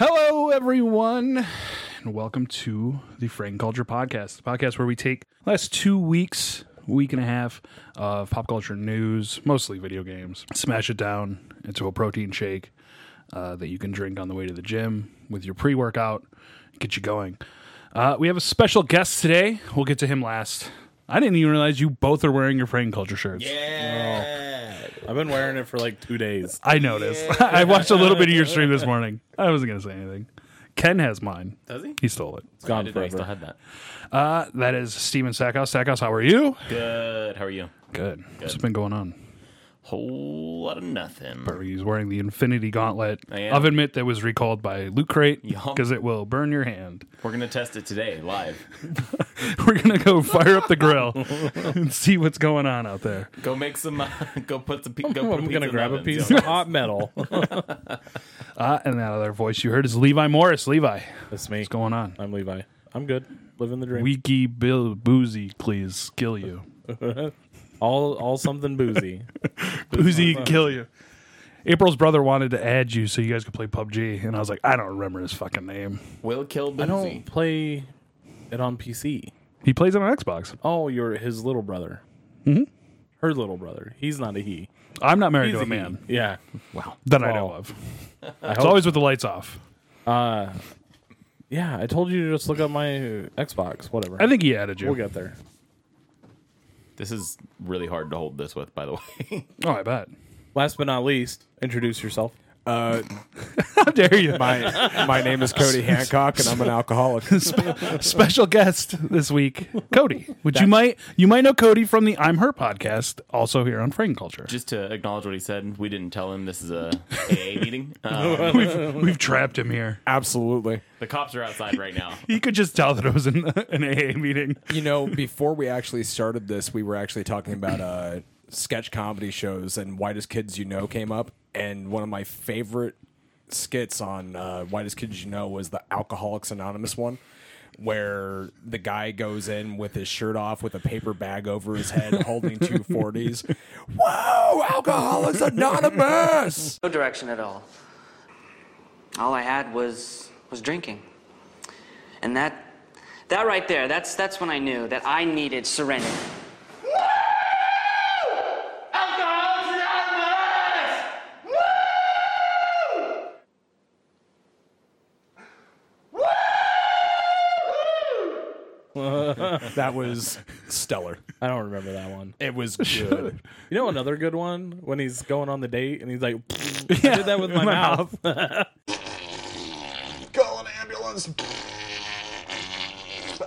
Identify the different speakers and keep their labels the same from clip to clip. Speaker 1: Hello, everyone, and welcome to the Frank Culture Podcast, the podcast where we take last two weeks, week and a half of pop culture news, mostly video games, smash it down into a protein shake uh, that you can drink on the way to the gym with your pre workout, get you going. Uh, we have a special guest today. We'll get to him last. I didn't even realize you both are wearing your Frank Culture shirts.
Speaker 2: Oh. I've been wearing it for like two days.
Speaker 1: I noticed. I watched a little bit of your stream this morning. I wasn't going to say anything. Ken has mine.
Speaker 2: Does he?
Speaker 1: He stole it.
Speaker 2: It's gone
Speaker 3: I didn't know you still
Speaker 2: forever.
Speaker 3: had that.
Speaker 1: Uh, that is Steven Sackhouse. Sackhouse, how are you?
Speaker 3: Good. How are you?
Speaker 1: Good. What's been going on?
Speaker 3: Whole lot of nothing.
Speaker 1: He's wearing the Infinity Gauntlet
Speaker 3: I am.
Speaker 1: oven mitt that was recalled by Loot Crate
Speaker 3: Yup.
Speaker 1: because it will burn your hand.
Speaker 3: We're gonna test it today live.
Speaker 1: We're gonna go fire up the grill and see what's going on out there.
Speaker 3: Go make some. Uh, go put some. Pe- go put a
Speaker 2: I'm
Speaker 3: pizza
Speaker 2: gonna
Speaker 3: in
Speaker 2: grab
Speaker 3: the
Speaker 2: a
Speaker 3: oven,
Speaker 2: piece
Speaker 3: see
Speaker 2: of
Speaker 3: how-
Speaker 2: hot metal.
Speaker 1: Uh, and that other voice you heard is Levi Morris. Levi,
Speaker 2: That's me.
Speaker 1: what's going on?
Speaker 2: I'm Levi. I'm good. Living the dream.
Speaker 1: Wiki Bill Boozy, please kill you.
Speaker 2: all all something boozy.
Speaker 1: Boozy, kill you. April's brother wanted to add you so you guys could play PUBG, and I was like, I don't remember his fucking name.
Speaker 3: Will kill
Speaker 2: I
Speaker 3: Boozy.
Speaker 2: don't play it on PC.
Speaker 1: He plays it on Xbox.
Speaker 2: Oh, you're his little brother. Mm-hmm. Her little brother. He's not a he.
Speaker 1: I'm not married
Speaker 2: He's
Speaker 1: to a
Speaker 2: a he.
Speaker 1: man
Speaker 2: Yeah.
Speaker 1: that I know of.
Speaker 2: I
Speaker 1: It's
Speaker 2: hope-
Speaker 1: always with the lights off.
Speaker 2: uh, yeah. I told you to just look up my Xbox. Whatever.
Speaker 1: I think he added you.
Speaker 2: we'll get there.
Speaker 3: This is really hard to hold this with, by the way.
Speaker 1: Oh, I bet.
Speaker 2: Last but not least, introduce yourself.
Speaker 4: Uh,
Speaker 1: How dare you?
Speaker 4: my my name is Cody Hancock, and I'm an alcoholic.
Speaker 1: Spe- special guest this week, Cody. Which you might you might know Cody from the I'm Her podcast, also here on Frame Culture.
Speaker 3: Just to acknowledge what he said, we didn't tell him this is a AA meeting. Um,
Speaker 1: We've, we've trapped him here.
Speaker 4: Absolutely.
Speaker 3: the cops are outside right now.
Speaker 1: He could just tell that it was an, an AA meeting.
Speaker 4: You know, before we actually started this, we were actually talking about uh, sketch comedy shows, and "Why Does Kids You Know" came up, and one of my favorite skits on uh, "Why Does Kids You Know" was the Alcoholics Anonymous one. Where the guy goes in with his shirt off, with a paper bag over his head, holding two forties. Whoa, Alcoholics Anonymous!
Speaker 5: No direction at all. All I had was was drinking. And that that right there, that's that's when I knew that I needed serenity.
Speaker 4: That was stellar.
Speaker 2: I don't remember that one.
Speaker 4: It was good.
Speaker 2: You know another good one when he's going on the date and he's like, "I did that with my, mouth."
Speaker 6: Call an ambulance.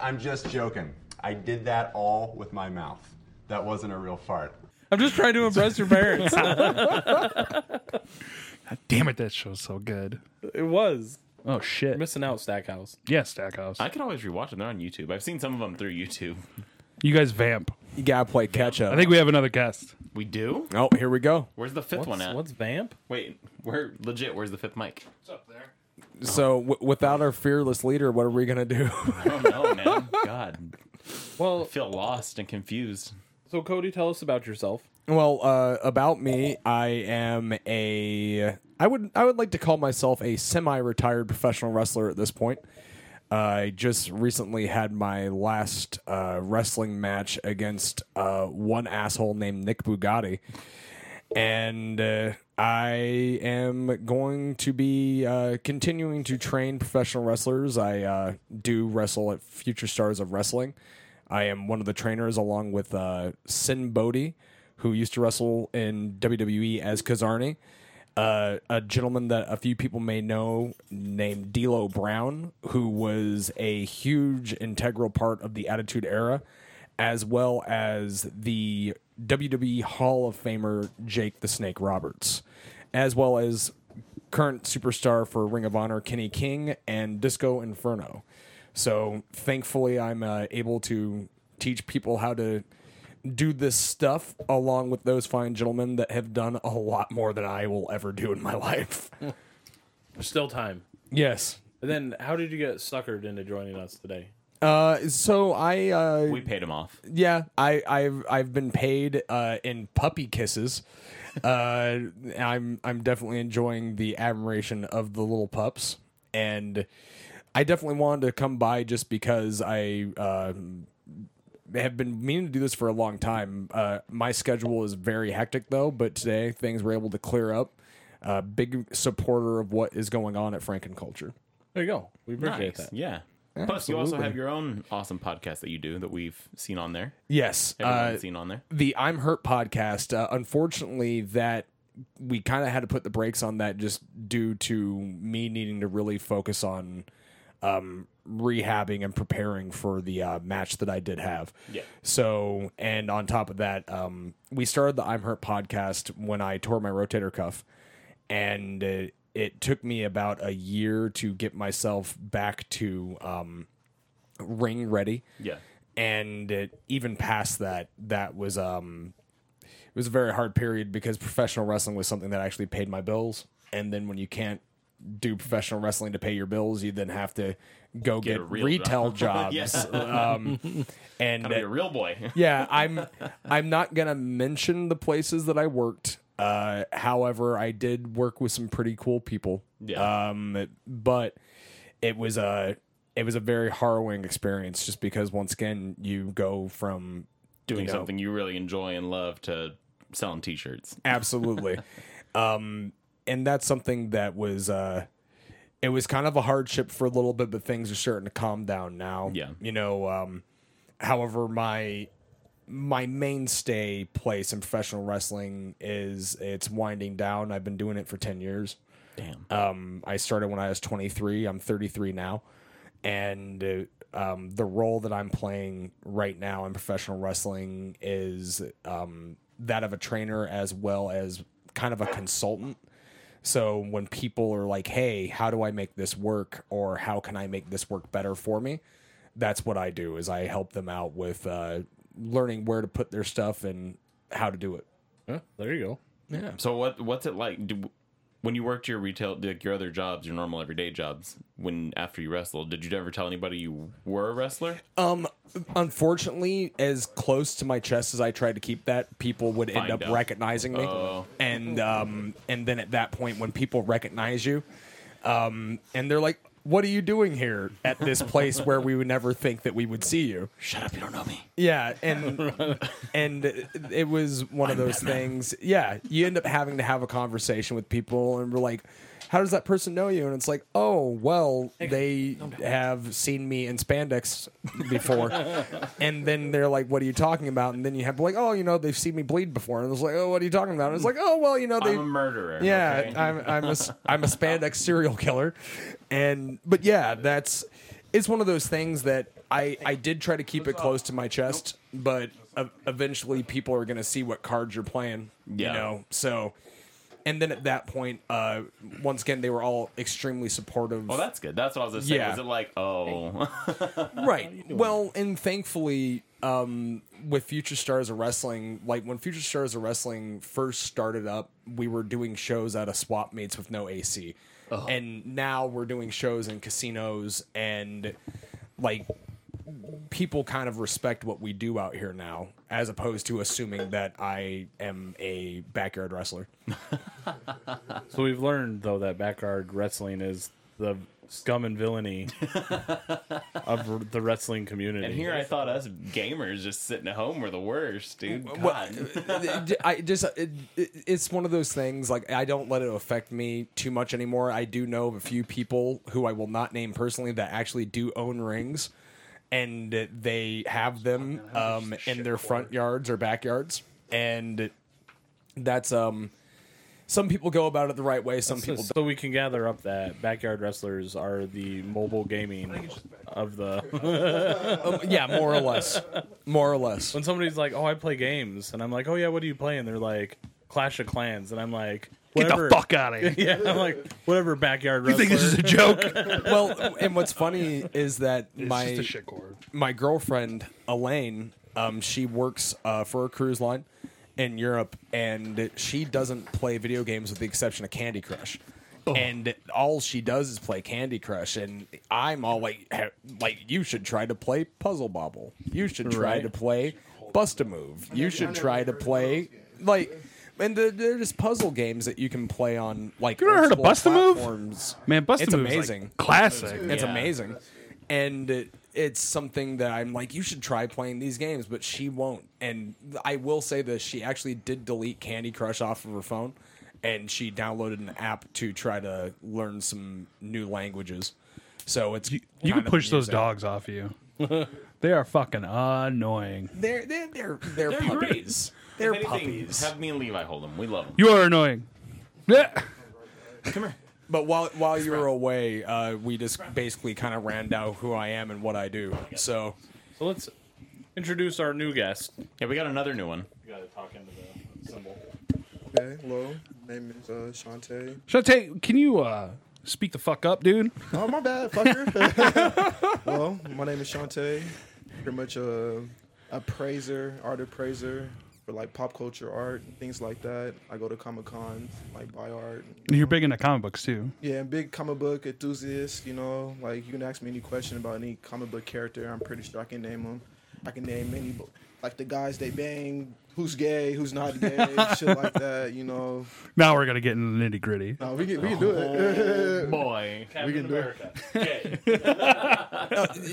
Speaker 6: I'm just joking. I did that all with my mouth. That wasn't a real fart.
Speaker 2: I'm just trying to impress your parents.
Speaker 1: Damn it, that show's so good.
Speaker 2: it was
Speaker 1: Oh shit.
Speaker 2: missing out, Stackhouse.
Speaker 1: Yeah, Stackhouse.
Speaker 3: I can always rewatch them. They're on YouTube. I've seen some of them through YouTube.
Speaker 1: You guys vamp.
Speaker 4: You gotta play catch up.
Speaker 1: I think we have another guest.
Speaker 3: We do.
Speaker 4: Oh, here we go.
Speaker 3: Where's the fifth
Speaker 2: What's,
Speaker 3: one at?
Speaker 2: what's Vamp?
Speaker 3: Wait, where legit? Where's the fifth mic?
Speaker 4: So, w- without our fearless leader, what are we gonna do?
Speaker 3: I don't know, man. God,
Speaker 2: Well,
Speaker 3: feel lost and confused.
Speaker 2: so Cody, tell us about yourself.
Speaker 4: well, uh, about me, I am a. I would I would like to call myself a semi-retired professional wrestler at this point. I just recently had my last uh, wrestling match against uh, one asshole named Nick Bugatti. and uh, I am going to be uh, continuing to train professional wrestlers. I uh, do wrestle at Future Stars of Wrestling. I am one of the trainers along with uh, Sin Bodhi, who used to wrestle in WWE as Kazarni. Uh, a gentleman that a few people may know named D'Lo Brown, who was a huge integral part of the Attitude Era as well as the WWE Hall of Famer Jake the Snake Roberts, as well as current superstar for Ring of Honor Kenny King and Disco Inferno. So thankfully, I'm uh, able to teach people how to do this stuff along with those fine gentlemen that have done a lot more than I will ever do in my life.
Speaker 2: There's still time.
Speaker 4: yes.
Speaker 2: And then, how did you get suckered into joining us today?
Speaker 4: Uh, so I uh,
Speaker 3: We paid him off.
Speaker 4: yeah I I've I've been paid uh, in puppy kisses. Uh, I'm I'm definitely enjoying the admiration of the little pups, and I definitely wanted to come by just because I um have been meaning to do this for a long time. Uh, my schedule is very hectic though, but today things were able to clear up. Uh, big supporter of what is going on at Franken Culture.
Speaker 2: There you go. We appreciate
Speaker 3: Nice.
Speaker 2: that.
Speaker 3: Yeah. Plus, you also
Speaker 4: absolutely.
Speaker 3: have your own awesome podcast that you do that we've seen on there.
Speaker 4: Yes,
Speaker 3: Everyone's seen on there.
Speaker 4: the I'm Hurt podcast. Uh, unfortunately, that we kind of had to put the brakes on that just due to me needing to really focus on um, rehabbing and preparing for the uh, match that I did have.
Speaker 3: Yeah.
Speaker 4: So, and on top of that, um, we started the I'm Hurt podcast when I tore my rotator cuff, and uh, it took me about a year to get myself back to um, ring ready
Speaker 3: Yeah.
Speaker 4: and it, even past that that was um it was a very hard period because professional wrestling was something that actually paid my bills and then when you can't do professional wrestling to pay your bills you then have to go get,
Speaker 3: a real
Speaker 4: retail
Speaker 3: job.
Speaker 4: jobs um, and
Speaker 3: Gotta be a real boy.
Speaker 4: yeah, I'm I'm not gonna mention the places that I worked. Uh, however, I did work with some pretty cool people.
Speaker 3: Yeah.
Speaker 4: Um, but it was a it was a very harrowing experience just because once again you go from
Speaker 3: Doing
Speaker 4: know.
Speaker 3: something you really enjoy and love to selling t shirts.
Speaker 4: absolutely, um, and that's something that was uh, it was kind of a hardship for a little bit, but things are starting to calm down now.
Speaker 3: Yeah.
Speaker 4: you know. Um, however, my my mainstay place in professional wrestling is it's winding down. I've been doing it for 10 years.
Speaker 3: Damn.
Speaker 4: Um, I started when I was 23. I'm 33 now. And uh, um, the role that I'm playing right now in professional wrestling is um, that of a trainer as well as kind of a consultant. So when people are like, "Hey, how do I make this work?" or "How can I make this work better for me?" That's what I do. Is I help them out with uh, learning where to put their stuff and how to do it.
Speaker 2: Huh? There you go.
Speaker 3: So what what's it like do, when you worked your retail like your other jobs, your normal everyday jobs? When after you wrestled, did you ever tell anybody you were a wrestler?
Speaker 4: Um, unfortunately, as close to my chest as I tried to keep that, people would end
Speaker 3: Find
Speaker 4: up
Speaker 3: out.
Speaker 4: recognizing me,
Speaker 3: Oh.
Speaker 4: and um, and then at that point, when people recognize you, um, and they're like, "What are you doing here at this place where we would never think that we would see you?"
Speaker 3: Shut up! You don't know me.
Speaker 4: Yeah, and and it was one of those things. Yeah, you end up having to have a conversation with people, and we're like, "How does that person know you?" And it's like, "Oh, well, they have seen me in spandex before." and then they're like, "What are you talking about?" And then you have like, "Oh, you know, they've seen me bleed before." And it's like, "Oh, what are you talking about?" And it's like, "Oh, well, you know, they
Speaker 3: I'm a murderer.
Speaker 4: yeah,
Speaker 3: okay?
Speaker 4: I'm I'm a s- I'm a spandex serial killer, and but yeah, that's it's one of those things that I I did try to keep it close to my chest, but uh, eventually people are gonna see what cards you're playing,
Speaker 3: Yeah.
Speaker 4: you know. So, and then at that point, uh, once again, they were all extremely supportive.
Speaker 3: Well, Oh, that's good. That's what I was gonna say.
Speaker 4: Yeah.
Speaker 3: Was it like, oh,
Speaker 4: right. Well, and thankfully, um, with Future Stars of Wrestling, like when Future Stars of Wrestling first started up, we were doing shows out of swap meets with no AC, and now we're doing shows in casinos and like people kind of respect what we do out here now, as opposed to assuming that I am a backyard wrestler.
Speaker 2: So we've learned though that backyard wrestling is the scum and villainy of r- the wrestling community.
Speaker 3: and here I thought us gamers just sitting at home were the worst, dude. God.
Speaker 4: uh, I just it, it, it's one of those things like I don't let it affect me too much anymore. I do know of a few people who I will not name personally that actually do own rings and they have them um, in their front yards or backyards and that's um some people go about it the right way, some
Speaker 2: so,
Speaker 4: people
Speaker 2: so we can gather up that backyard wrestlers are the mobile gaming of the.
Speaker 4: don't. yeah, more or less. More or less.
Speaker 2: when somebody's like, "Oh, I play games," and I'm like, "Oh yeah, what do you play?" and they're like, "Clash of Clans," and I'm like,
Speaker 1: Get the
Speaker 2: Whatever.
Speaker 1: fuck out of here.
Speaker 2: Yeah, I'm like whatever backyard
Speaker 1: You
Speaker 2: wrestler.
Speaker 1: think this is a joke?
Speaker 4: well, and what's funny is that my
Speaker 1: it's just a shit cord.
Speaker 4: my girlfriend Elaine, um, she works uh, for a cruise line in Europe, and she doesn't play video games with the exception of Candy Crush.
Speaker 1: Oh.
Speaker 4: And all she does is play Candy Crush, and I'm all like, "Ha- like you should try to play Puzzle Bobble. You should try
Speaker 1: Right.
Speaker 4: to play Bust a Move. You should try to play like, and they're, they're just puzzle games that you can play on like.
Speaker 1: You ever
Speaker 4: old
Speaker 1: heard of
Speaker 4: school
Speaker 1: Bust a Move?
Speaker 4: platforms.
Speaker 1: Man, Busta
Speaker 4: It's
Speaker 1: Move's, like,
Speaker 4: amazing.
Speaker 1: classic.
Speaker 4: It's
Speaker 1: Yeah.
Speaker 4: amazing. And it, it's something that I'm like, you should try playing these games, but she won't. And I will say this she actually did delete Candy Crush off of her phone, and she downloaded an app to try to learn some new languages. So it's.
Speaker 1: You can
Speaker 4: kind of
Speaker 1: push those
Speaker 4: amusing.
Speaker 1: dogs off you. they are fucking annoying.
Speaker 4: They're, they're, they're, they're, puppies. They're
Speaker 3: If anything,
Speaker 4: puppies.
Speaker 3: Have me and Levi hold them. We love them.
Speaker 1: You are annoying. Yeah.
Speaker 4: But while while you were away, uh, we just basically kind of ran down who I am and what I do. So
Speaker 2: So let's introduce our new guest.
Speaker 3: Yeah, we got another new one.
Speaker 2: You gotta talk into the symbol.
Speaker 7: Okay, hello. Name is uh, Shantae.
Speaker 1: Shantae, can you uh, speak the fuck up, dude?
Speaker 7: Oh, my bad, fucker. well, my name is Shantae. Pretty much a, a praiser, art appraiser for like pop culture art and things like that. I go to Comic Cons, like buy art.
Speaker 1: You're big into comic books too.
Speaker 7: Yeah, and big comic book enthusiast, you know, like you can ask me any question about any comic book character. I'm pretty sure I can name them. I can name any, bo- like the guys they bang, who's gay, who's not gay, shit like that, you know.
Speaker 1: Now we're gonna get into the nitty gritty.
Speaker 7: No, we can, we can do it.
Speaker 3: Boy.
Speaker 7: we can do it.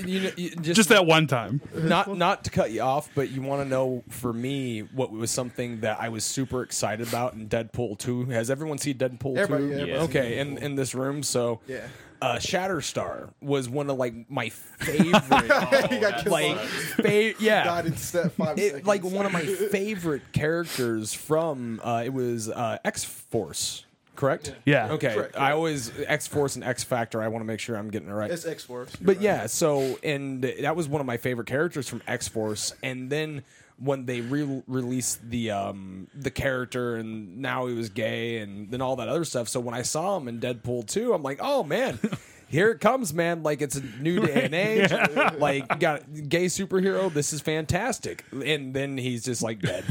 Speaker 4: you, know, you
Speaker 1: Just that one time.
Speaker 4: not not to cut you off, but you want to know for me what was something that I was super excited about in Deadpool Two. Has everyone seen Deadpool
Speaker 7: Everybody-
Speaker 4: Two?
Speaker 7: yeah,
Speaker 3: everybody's
Speaker 4: Okay, in in this room, so
Speaker 7: Yeah.
Speaker 4: uh, Shatterstar was one of like my favorite,
Speaker 7: he got killed.
Speaker 4: like fa- yeah.
Speaker 7: died in step five
Speaker 4: It,
Speaker 7: seconds.
Speaker 4: like one of my favorite characters from uh, it was uh, X Force, correct?
Speaker 1: Yeah.
Speaker 4: Okay.
Speaker 7: Correct,
Speaker 4: I always X Force and X Factor. I want to make sure I'm getting it right.
Speaker 7: It's X Force.
Speaker 4: But yeah, so and that was one of my favorite characters from X Force, and then when they re- released the um the character and now he was gay and then all that other stuff. So when I saw him in Deadpool 2, I'm like, oh man. Here it comes, man! Like it's a new day and age. Like you got a gay superhero. This is fantastic. And then he's just like dead,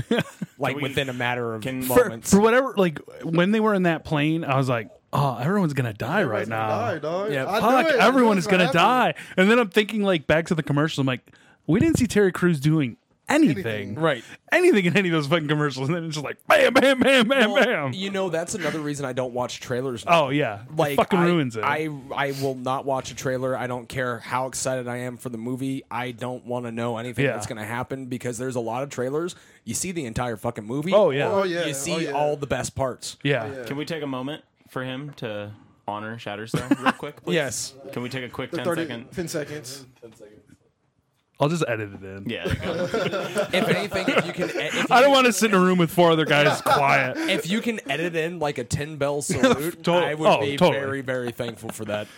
Speaker 4: like
Speaker 3: we-
Speaker 4: within a matter of
Speaker 3: can- For-
Speaker 1: For,
Speaker 4: moments.
Speaker 1: for whatever, like when they were in that plane, I was like, oh, everyone's gonna die right now.
Speaker 7: Die, dog.
Speaker 4: Yeah,
Speaker 7: I knew
Speaker 1: Fuck,
Speaker 7: it. I knew
Speaker 1: everyone
Speaker 7: it
Speaker 1: is
Speaker 7: was
Speaker 1: gonna
Speaker 7: happening.
Speaker 1: die. And then I'm thinking like back to the commercial. I'm like, we didn't see Terry Crews doing anything,
Speaker 4: Right.
Speaker 1: Anything in any of those fucking commercials, and then it's just like bam, bam, bam, bam,
Speaker 4: Well,
Speaker 1: bam.
Speaker 4: You know, that's another reason I don't watch trailers. Now.
Speaker 1: oh yeah, It
Speaker 4: like
Speaker 1: fucking
Speaker 4: I,
Speaker 1: ruins it.
Speaker 4: I I will not watch a trailer. I don't care how excited I am for the movie. I don't want to know anything
Speaker 1: Yeah.
Speaker 4: that's going to happen because there's a lot of trailers. You see the entire fucking movie.
Speaker 1: Oh, yeah.
Speaker 7: Oh, yeah.
Speaker 4: You see
Speaker 7: Oh, yeah.
Speaker 4: all the best parts.
Speaker 1: yeah.
Speaker 7: Yeah.
Speaker 3: Can we take a moment for him to honor Shatterstar real quick, please?
Speaker 4: Yes.
Speaker 3: Can we take a quick 10 second?
Speaker 7: 30, 10 seconds.
Speaker 1: I'll just edit it in.
Speaker 3: Yeah, there you go.
Speaker 4: If anything, if you can, e, if you,
Speaker 1: I don't want to sit in a room with four other guys quiet.
Speaker 4: If you can edit in like a ten bell salute,
Speaker 1: Totally.
Speaker 4: I would
Speaker 1: Oh,
Speaker 4: be
Speaker 1: totally.
Speaker 4: very very thankful for that.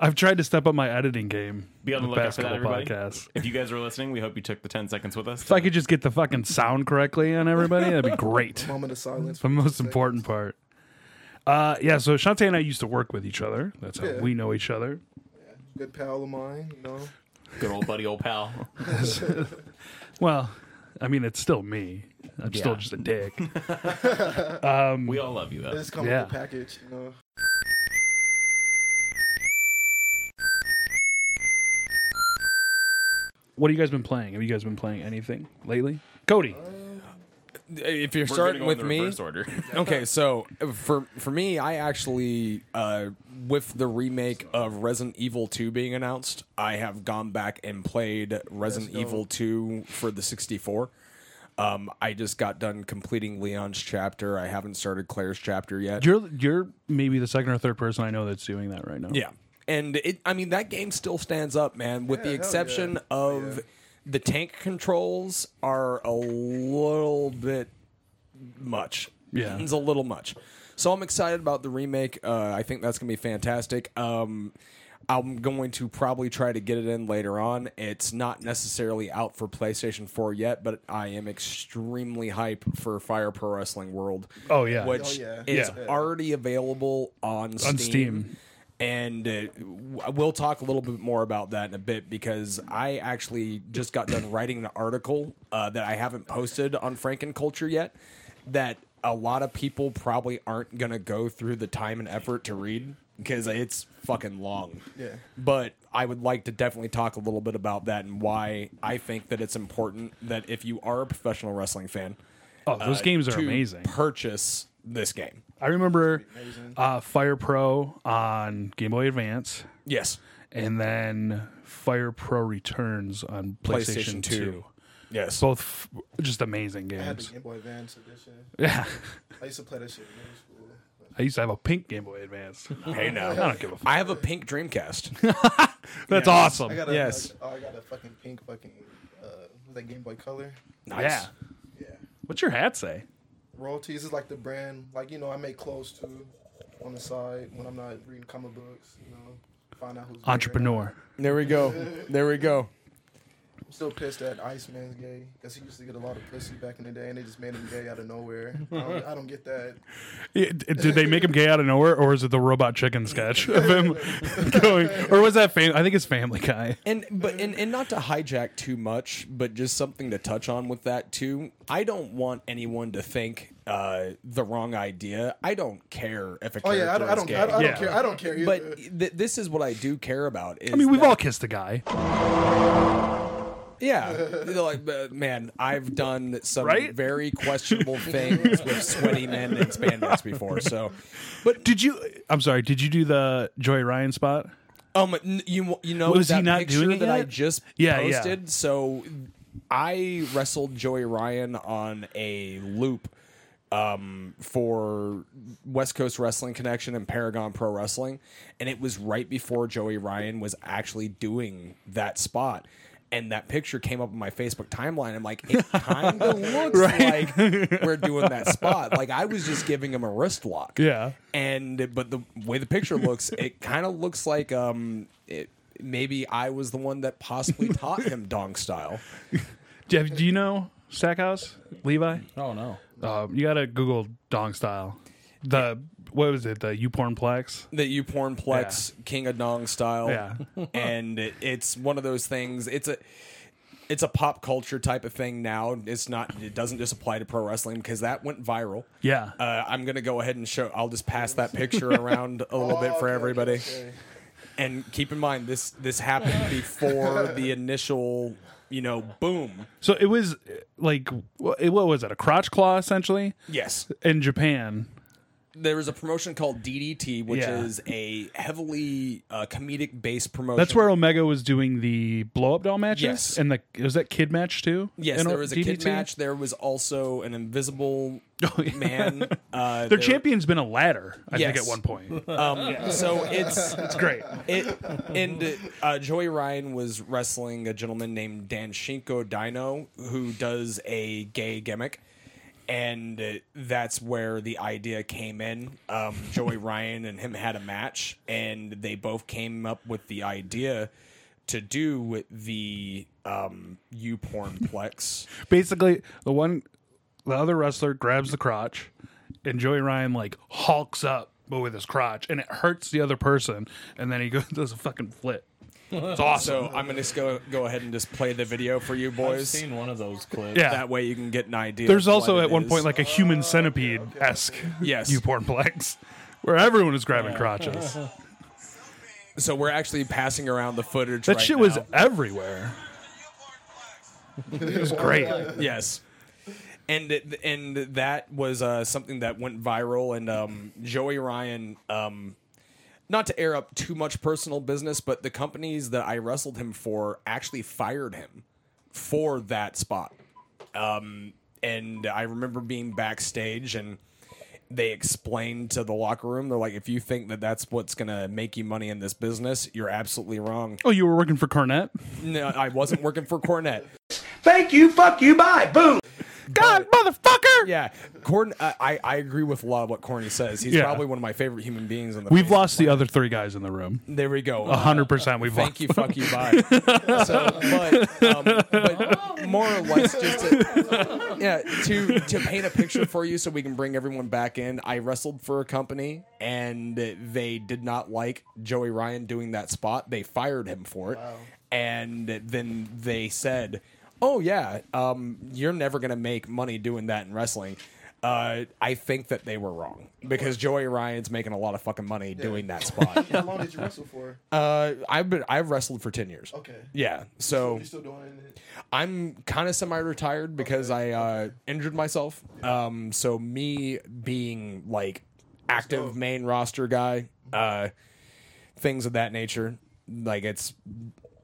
Speaker 1: I've tried to step up my editing game.
Speaker 3: Be on the
Speaker 1: with
Speaker 3: lookout for that, everybody.
Speaker 1: podcasts.
Speaker 3: If you guys were listening, we hope you took the 10 seconds with us.
Speaker 1: If I could just get the fucking sound correctly on everybody, that'd be great.
Speaker 7: Moment of silence.
Speaker 1: the most important part. Uh, yeah, so Shantae and I used to work with each other. That's how
Speaker 7: Yeah.
Speaker 1: we know each other.
Speaker 7: Good pal of mine, you know.
Speaker 3: Good old buddy, old pal.
Speaker 1: Well, I mean, it's still me. I'm still just a dick.
Speaker 3: We all love you, though.
Speaker 7: It's coming
Speaker 1: Yeah.
Speaker 7: with a package, you know.
Speaker 1: what have you guys been playing? Have you guys been playing anything lately? Cody.
Speaker 4: If you're
Speaker 3: We're gonna
Speaker 4: starting
Speaker 3: go
Speaker 4: with
Speaker 3: in the
Speaker 4: me,
Speaker 3: reverse order.
Speaker 4: okay so uh, for for me i actually uh with the remake of resident evil 2 being announced i have gone back and played resident evil 2 for the 64 um i just got done completing leon's chapter i haven't started claire's chapter yet
Speaker 1: You're you're maybe the second or third person I know that's doing that right now.
Speaker 4: yeah and it i mean that game still stands up man with the
Speaker 7: hell
Speaker 4: exception
Speaker 7: yeah.
Speaker 4: of the tank controls are a little bit much
Speaker 1: Yeah.
Speaker 4: it's a little much So I'm excited about the remake. Uh, I think that's gonna be fantastic. Um, I'm going to probably try to get it in later on. It's not necessarily out for PlayStation 4 yet, but I am extremely hype for Fire Pro Wrestling World.
Speaker 1: Oh, yeah.
Speaker 4: which
Speaker 7: Oh, yeah.
Speaker 4: is
Speaker 1: Yeah.
Speaker 4: already available on Steam.
Speaker 1: Steam.
Speaker 4: And uh, w- we'll talk a little bit more about that in a bit because I actually just got done writing an article uh, that I haven't posted on Franken Culture yet that a lot of people probably aren't going to go through the time and effort to read because it's fucking long.
Speaker 7: Yeah.
Speaker 4: But I would like to definitely talk a little bit about that and why I think that it's important that if you are a professional wrestling fan,
Speaker 1: Oh,
Speaker 7: Uh,
Speaker 1: those games are
Speaker 4: to
Speaker 1: amazing.
Speaker 4: purchase this game.
Speaker 1: I remember uh, Fire Pro on Game Boy Advance,
Speaker 4: Yes.
Speaker 1: and then Fire Pro Returns on PlayStation,
Speaker 4: PlayStation
Speaker 1: 2.
Speaker 4: 2. Yes.
Speaker 1: Both f- just amazing
Speaker 7: I had the
Speaker 1: games.
Speaker 7: Game Boy Advance edition.
Speaker 1: Yeah,
Speaker 7: I used to play that shit in middle school.
Speaker 1: I used to have a pink Game Boy Advance.
Speaker 4: Hey now.
Speaker 1: I don't give a. F-
Speaker 4: I have a pink Dreamcast.
Speaker 1: That's
Speaker 7: I
Speaker 1: awesome.
Speaker 7: got a,
Speaker 4: Yes.
Speaker 7: oh, I got a fucking pink fucking uh, was that Game Boy Color?
Speaker 4: Nice.
Speaker 1: Yeah.
Speaker 7: Yeah.
Speaker 1: What's your hat say?
Speaker 7: Royalties is like the brand, like you know, I make clothes too on the side when I'm not reading comic books. You know, find out who's gay.
Speaker 1: Entrepreneur.
Speaker 4: There we go. There we go.
Speaker 7: I'm still pissed that Iceman's gay because he used to get a lot of pussy back in the day, and they just made him gay out of nowhere. I don't, I don't get that.
Speaker 1: Yeah, d- Did they make him gay out of nowhere, or is it the robot chicken sketch of him going? Or was that? Fam- I think it's Family Guy.
Speaker 4: And but and, and not to hijack too much, but just something to touch on with that too. I don't want anyone to think uh, the wrong idea. I don't care if a character
Speaker 7: Oh yeah, I don't, I
Speaker 4: is
Speaker 7: don't,
Speaker 4: gay.
Speaker 7: I don't, I don't
Speaker 1: Yeah.
Speaker 7: care. I don't care. uh, Either.
Speaker 4: but th- this is what I do care about. Is
Speaker 1: I mean, we've
Speaker 4: that-
Speaker 1: all kissed a guy.
Speaker 4: Yeah, They're like "Uh, man, I've done some
Speaker 1: Right?
Speaker 4: very questionable things with sweaty men and spandex before. So, but
Speaker 1: Did you? I'm sorry. Did you do the Joy Ryan spot?
Speaker 4: Um, n- you you know
Speaker 1: Was he
Speaker 4: that
Speaker 1: not
Speaker 4: picture
Speaker 1: doing it
Speaker 4: that I
Speaker 1: yet?
Speaker 4: just
Speaker 1: Yeah, yeah.
Speaker 4: posted. So I wrestled Joey Ryan on a loop um for West Coast Wrestling Connection and Paragon Pro Wrestling and it was right before Joey Ryan was actually doing that spot and that picture came up on my Facebook timeline I'm like it kind of looks like we're doing that spot like I was just giving him a wrist lock
Speaker 1: Yeah.
Speaker 4: and but the way the picture looks, it kind of looks like um, it, maybe I was the one that possibly taught him dong style.
Speaker 1: Jeff, do you know Stackhouse Levi?
Speaker 2: Oh no.
Speaker 1: Um, you gotta Google Dong Style. The what was it? The Upornplex.
Speaker 4: That you pornplex king of dong style,
Speaker 1: Yeah.
Speaker 4: and it, it's one of those things. It's a it's a pop culture type of thing now. It's not. It doesn't just apply to pro wrestling because that went viral.
Speaker 1: Yeah.
Speaker 4: Uh, I'm gonna go ahead and show. I'll just pass that picture around a little bit for
Speaker 7: Okay, okay,
Speaker 4: everybody.
Speaker 7: okay.
Speaker 4: And keep in mind this this happened before the initial, you know, boom.
Speaker 1: so it was uh, like wh- it- what was it? A crotch claw essentially
Speaker 4: Yes.
Speaker 1: in Japan.
Speaker 4: There was a promotion called DDT, which
Speaker 1: Yeah.
Speaker 4: is a heavily uh, comedic based promotion.
Speaker 1: That's where Omega was doing the blow up doll matches.
Speaker 4: Yes.
Speaker 1: And the was that kid match too?
Speaker 4: Yes,
Speaker 1: In
Speaker 4: there was a kid
Speaker 1: DDT?
Speaker 4: match. There was also an invisible
Speaker 1: Oh,
Speaker 4: man. Uh,
Speaker 1: Their
Speaker 4: there-
Speaker 1: champion's been a ladder, I think,
Speaker 4: Yes.
Speaker 1: at one point.
Speaker 4: Um, So it's
Speaker 1: It's great.
Speaker 4: it and uh, Joey Ryan was wrestling a gentleman named Dan Shinko Dino who does a gay gimmick, and uh, that's where the idea came in. Um, Joey Ryan and him had a match, and they both came up with the idea to do the um, U pornplex.
Speaker 1: Basically, the one, the other wrestler grabs the crotch, and Joey Ryan like hulks up, but with his crotch, and it hurts the other person, and then he goes does a fucking flip. It's awesome.
Speaker 4: So I'm gonna just go go ahead and just play the video for you
Speaker 2: I've
Speaker 4: boys.
Speaker 2: seen one of those clips.
Speaker 1: yeah.
Speaker 4: that way you can get an idea.
Speaker 1: There's
Speaker 4: of
Speaker 1: also
Speaker 4: what
Speaker 1: at
Speaker 4: it
Speaker 1: one
Speaker 4: is.
Speaker 1: point like a human centipede esque
Speaker 4: Yes.
Speaker 1: you pornplex where everyone is grabbing crotches.
Speaker 4: so we're actually passing around the footage.
Speaker 1: That
Speaker 4: right
Speaker 1: shit was
Speaker 4: now.
Speaker 1: everywhere. It was great.
Speaker 4: yes and it- and that was uh, something that went viral and um, joey ryan um, not to air up too much personal business but the companies that i wrestled him for actually fired him for that spot um, and i remember being backstage and they explained to the locker room they're like if you think that that's what's going to make you money in this business you're absolutely wrong
Speaker 1: Oh, you were working for Cornette?
Speaker 4: no i wasn't working for cornette
Speaker 8: Thank you, fuck you, bye, boom.
Speaker 1: God, motherfucker.
Speaker 4: Yeah, Gordon. I, I I agree with a lot of what Corny says. He's
Speaker 1: Yeah.
Speaker 4: probably one of my favorite human beings on the.
Speaker 1: We've
Speaker 4: planet.
Speaker 1: lost the other three guys in the room.
Speaker 4: There we go.
Speaker 1: A hundred percent. We've
Speaker 4: Uh, Thank
Speaker 1: lost.
Speaker 4: you, fuck you, bye. so, but, um, but more or less, just to, yeah, to to paint a picture for you, so we can bring everyone back in. I wrestled for a company, and they did not like Joey Ryan doing that spot. They fired him for it, and then they said, "Oh yeah, um, you're never gonna make money doing that in wrestling." Uh, I think that they were wrong because Joey Ryan's making a lot of fucking money doing that spot.
Speaker 7: How long did you wrestle for?
Speaker 4: Uh, I've been I've wrestled for ten years.
Speaker 7: Okay.
Speaker 4: Yeah. So
Speaker 7: You still doing it?
Speaker 4: I'm kind of semi-retired because I uh, injured myself. Um, so me being like active main roster guy, uh, things of that nature, like it's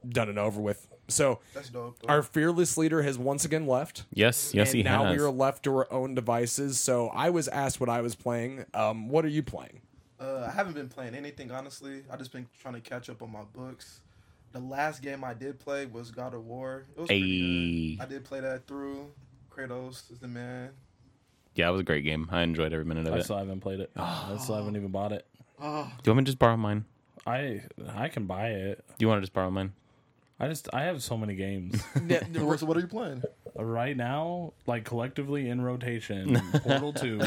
Speaker 4: done and over with. So
Speaker 7: That's dope. though.
Speaker 4: our fearless leader has once again left
Speaker 3: Yes, yes,
Speaker 4: and
Speaker 3: he
Speaker 4: now
Speaker 3: has.
Speaker 4: we are left to our own devices. So I was asked what I was playing. Um, what are you playing?
Speaker 7: Uh, I haven't been playing anything honestly. I just been trying to catch up on my books. The last game I did play was God of War. It was pretty
Speaker 3: Ayy.
Speaker 7: good. I did play that through. Kratos is the man.
Speaker 3: yeah, it was a great game. I enjoyed every minute of
Speaker 2: I
Speaker 3: it.
Speaker 2: still haven't played it. I still haven't even bought it.
Speaker 3: Do you want me to just borrow mine?
Speaker 2: I I can buy it.
Speaker 3: Do you want to just borrow mine?
Speaker 2: I just I have so many games
Speaker 7: so what are you playing?
Speaker 2: right now, like collectively in rotation. Portal Two,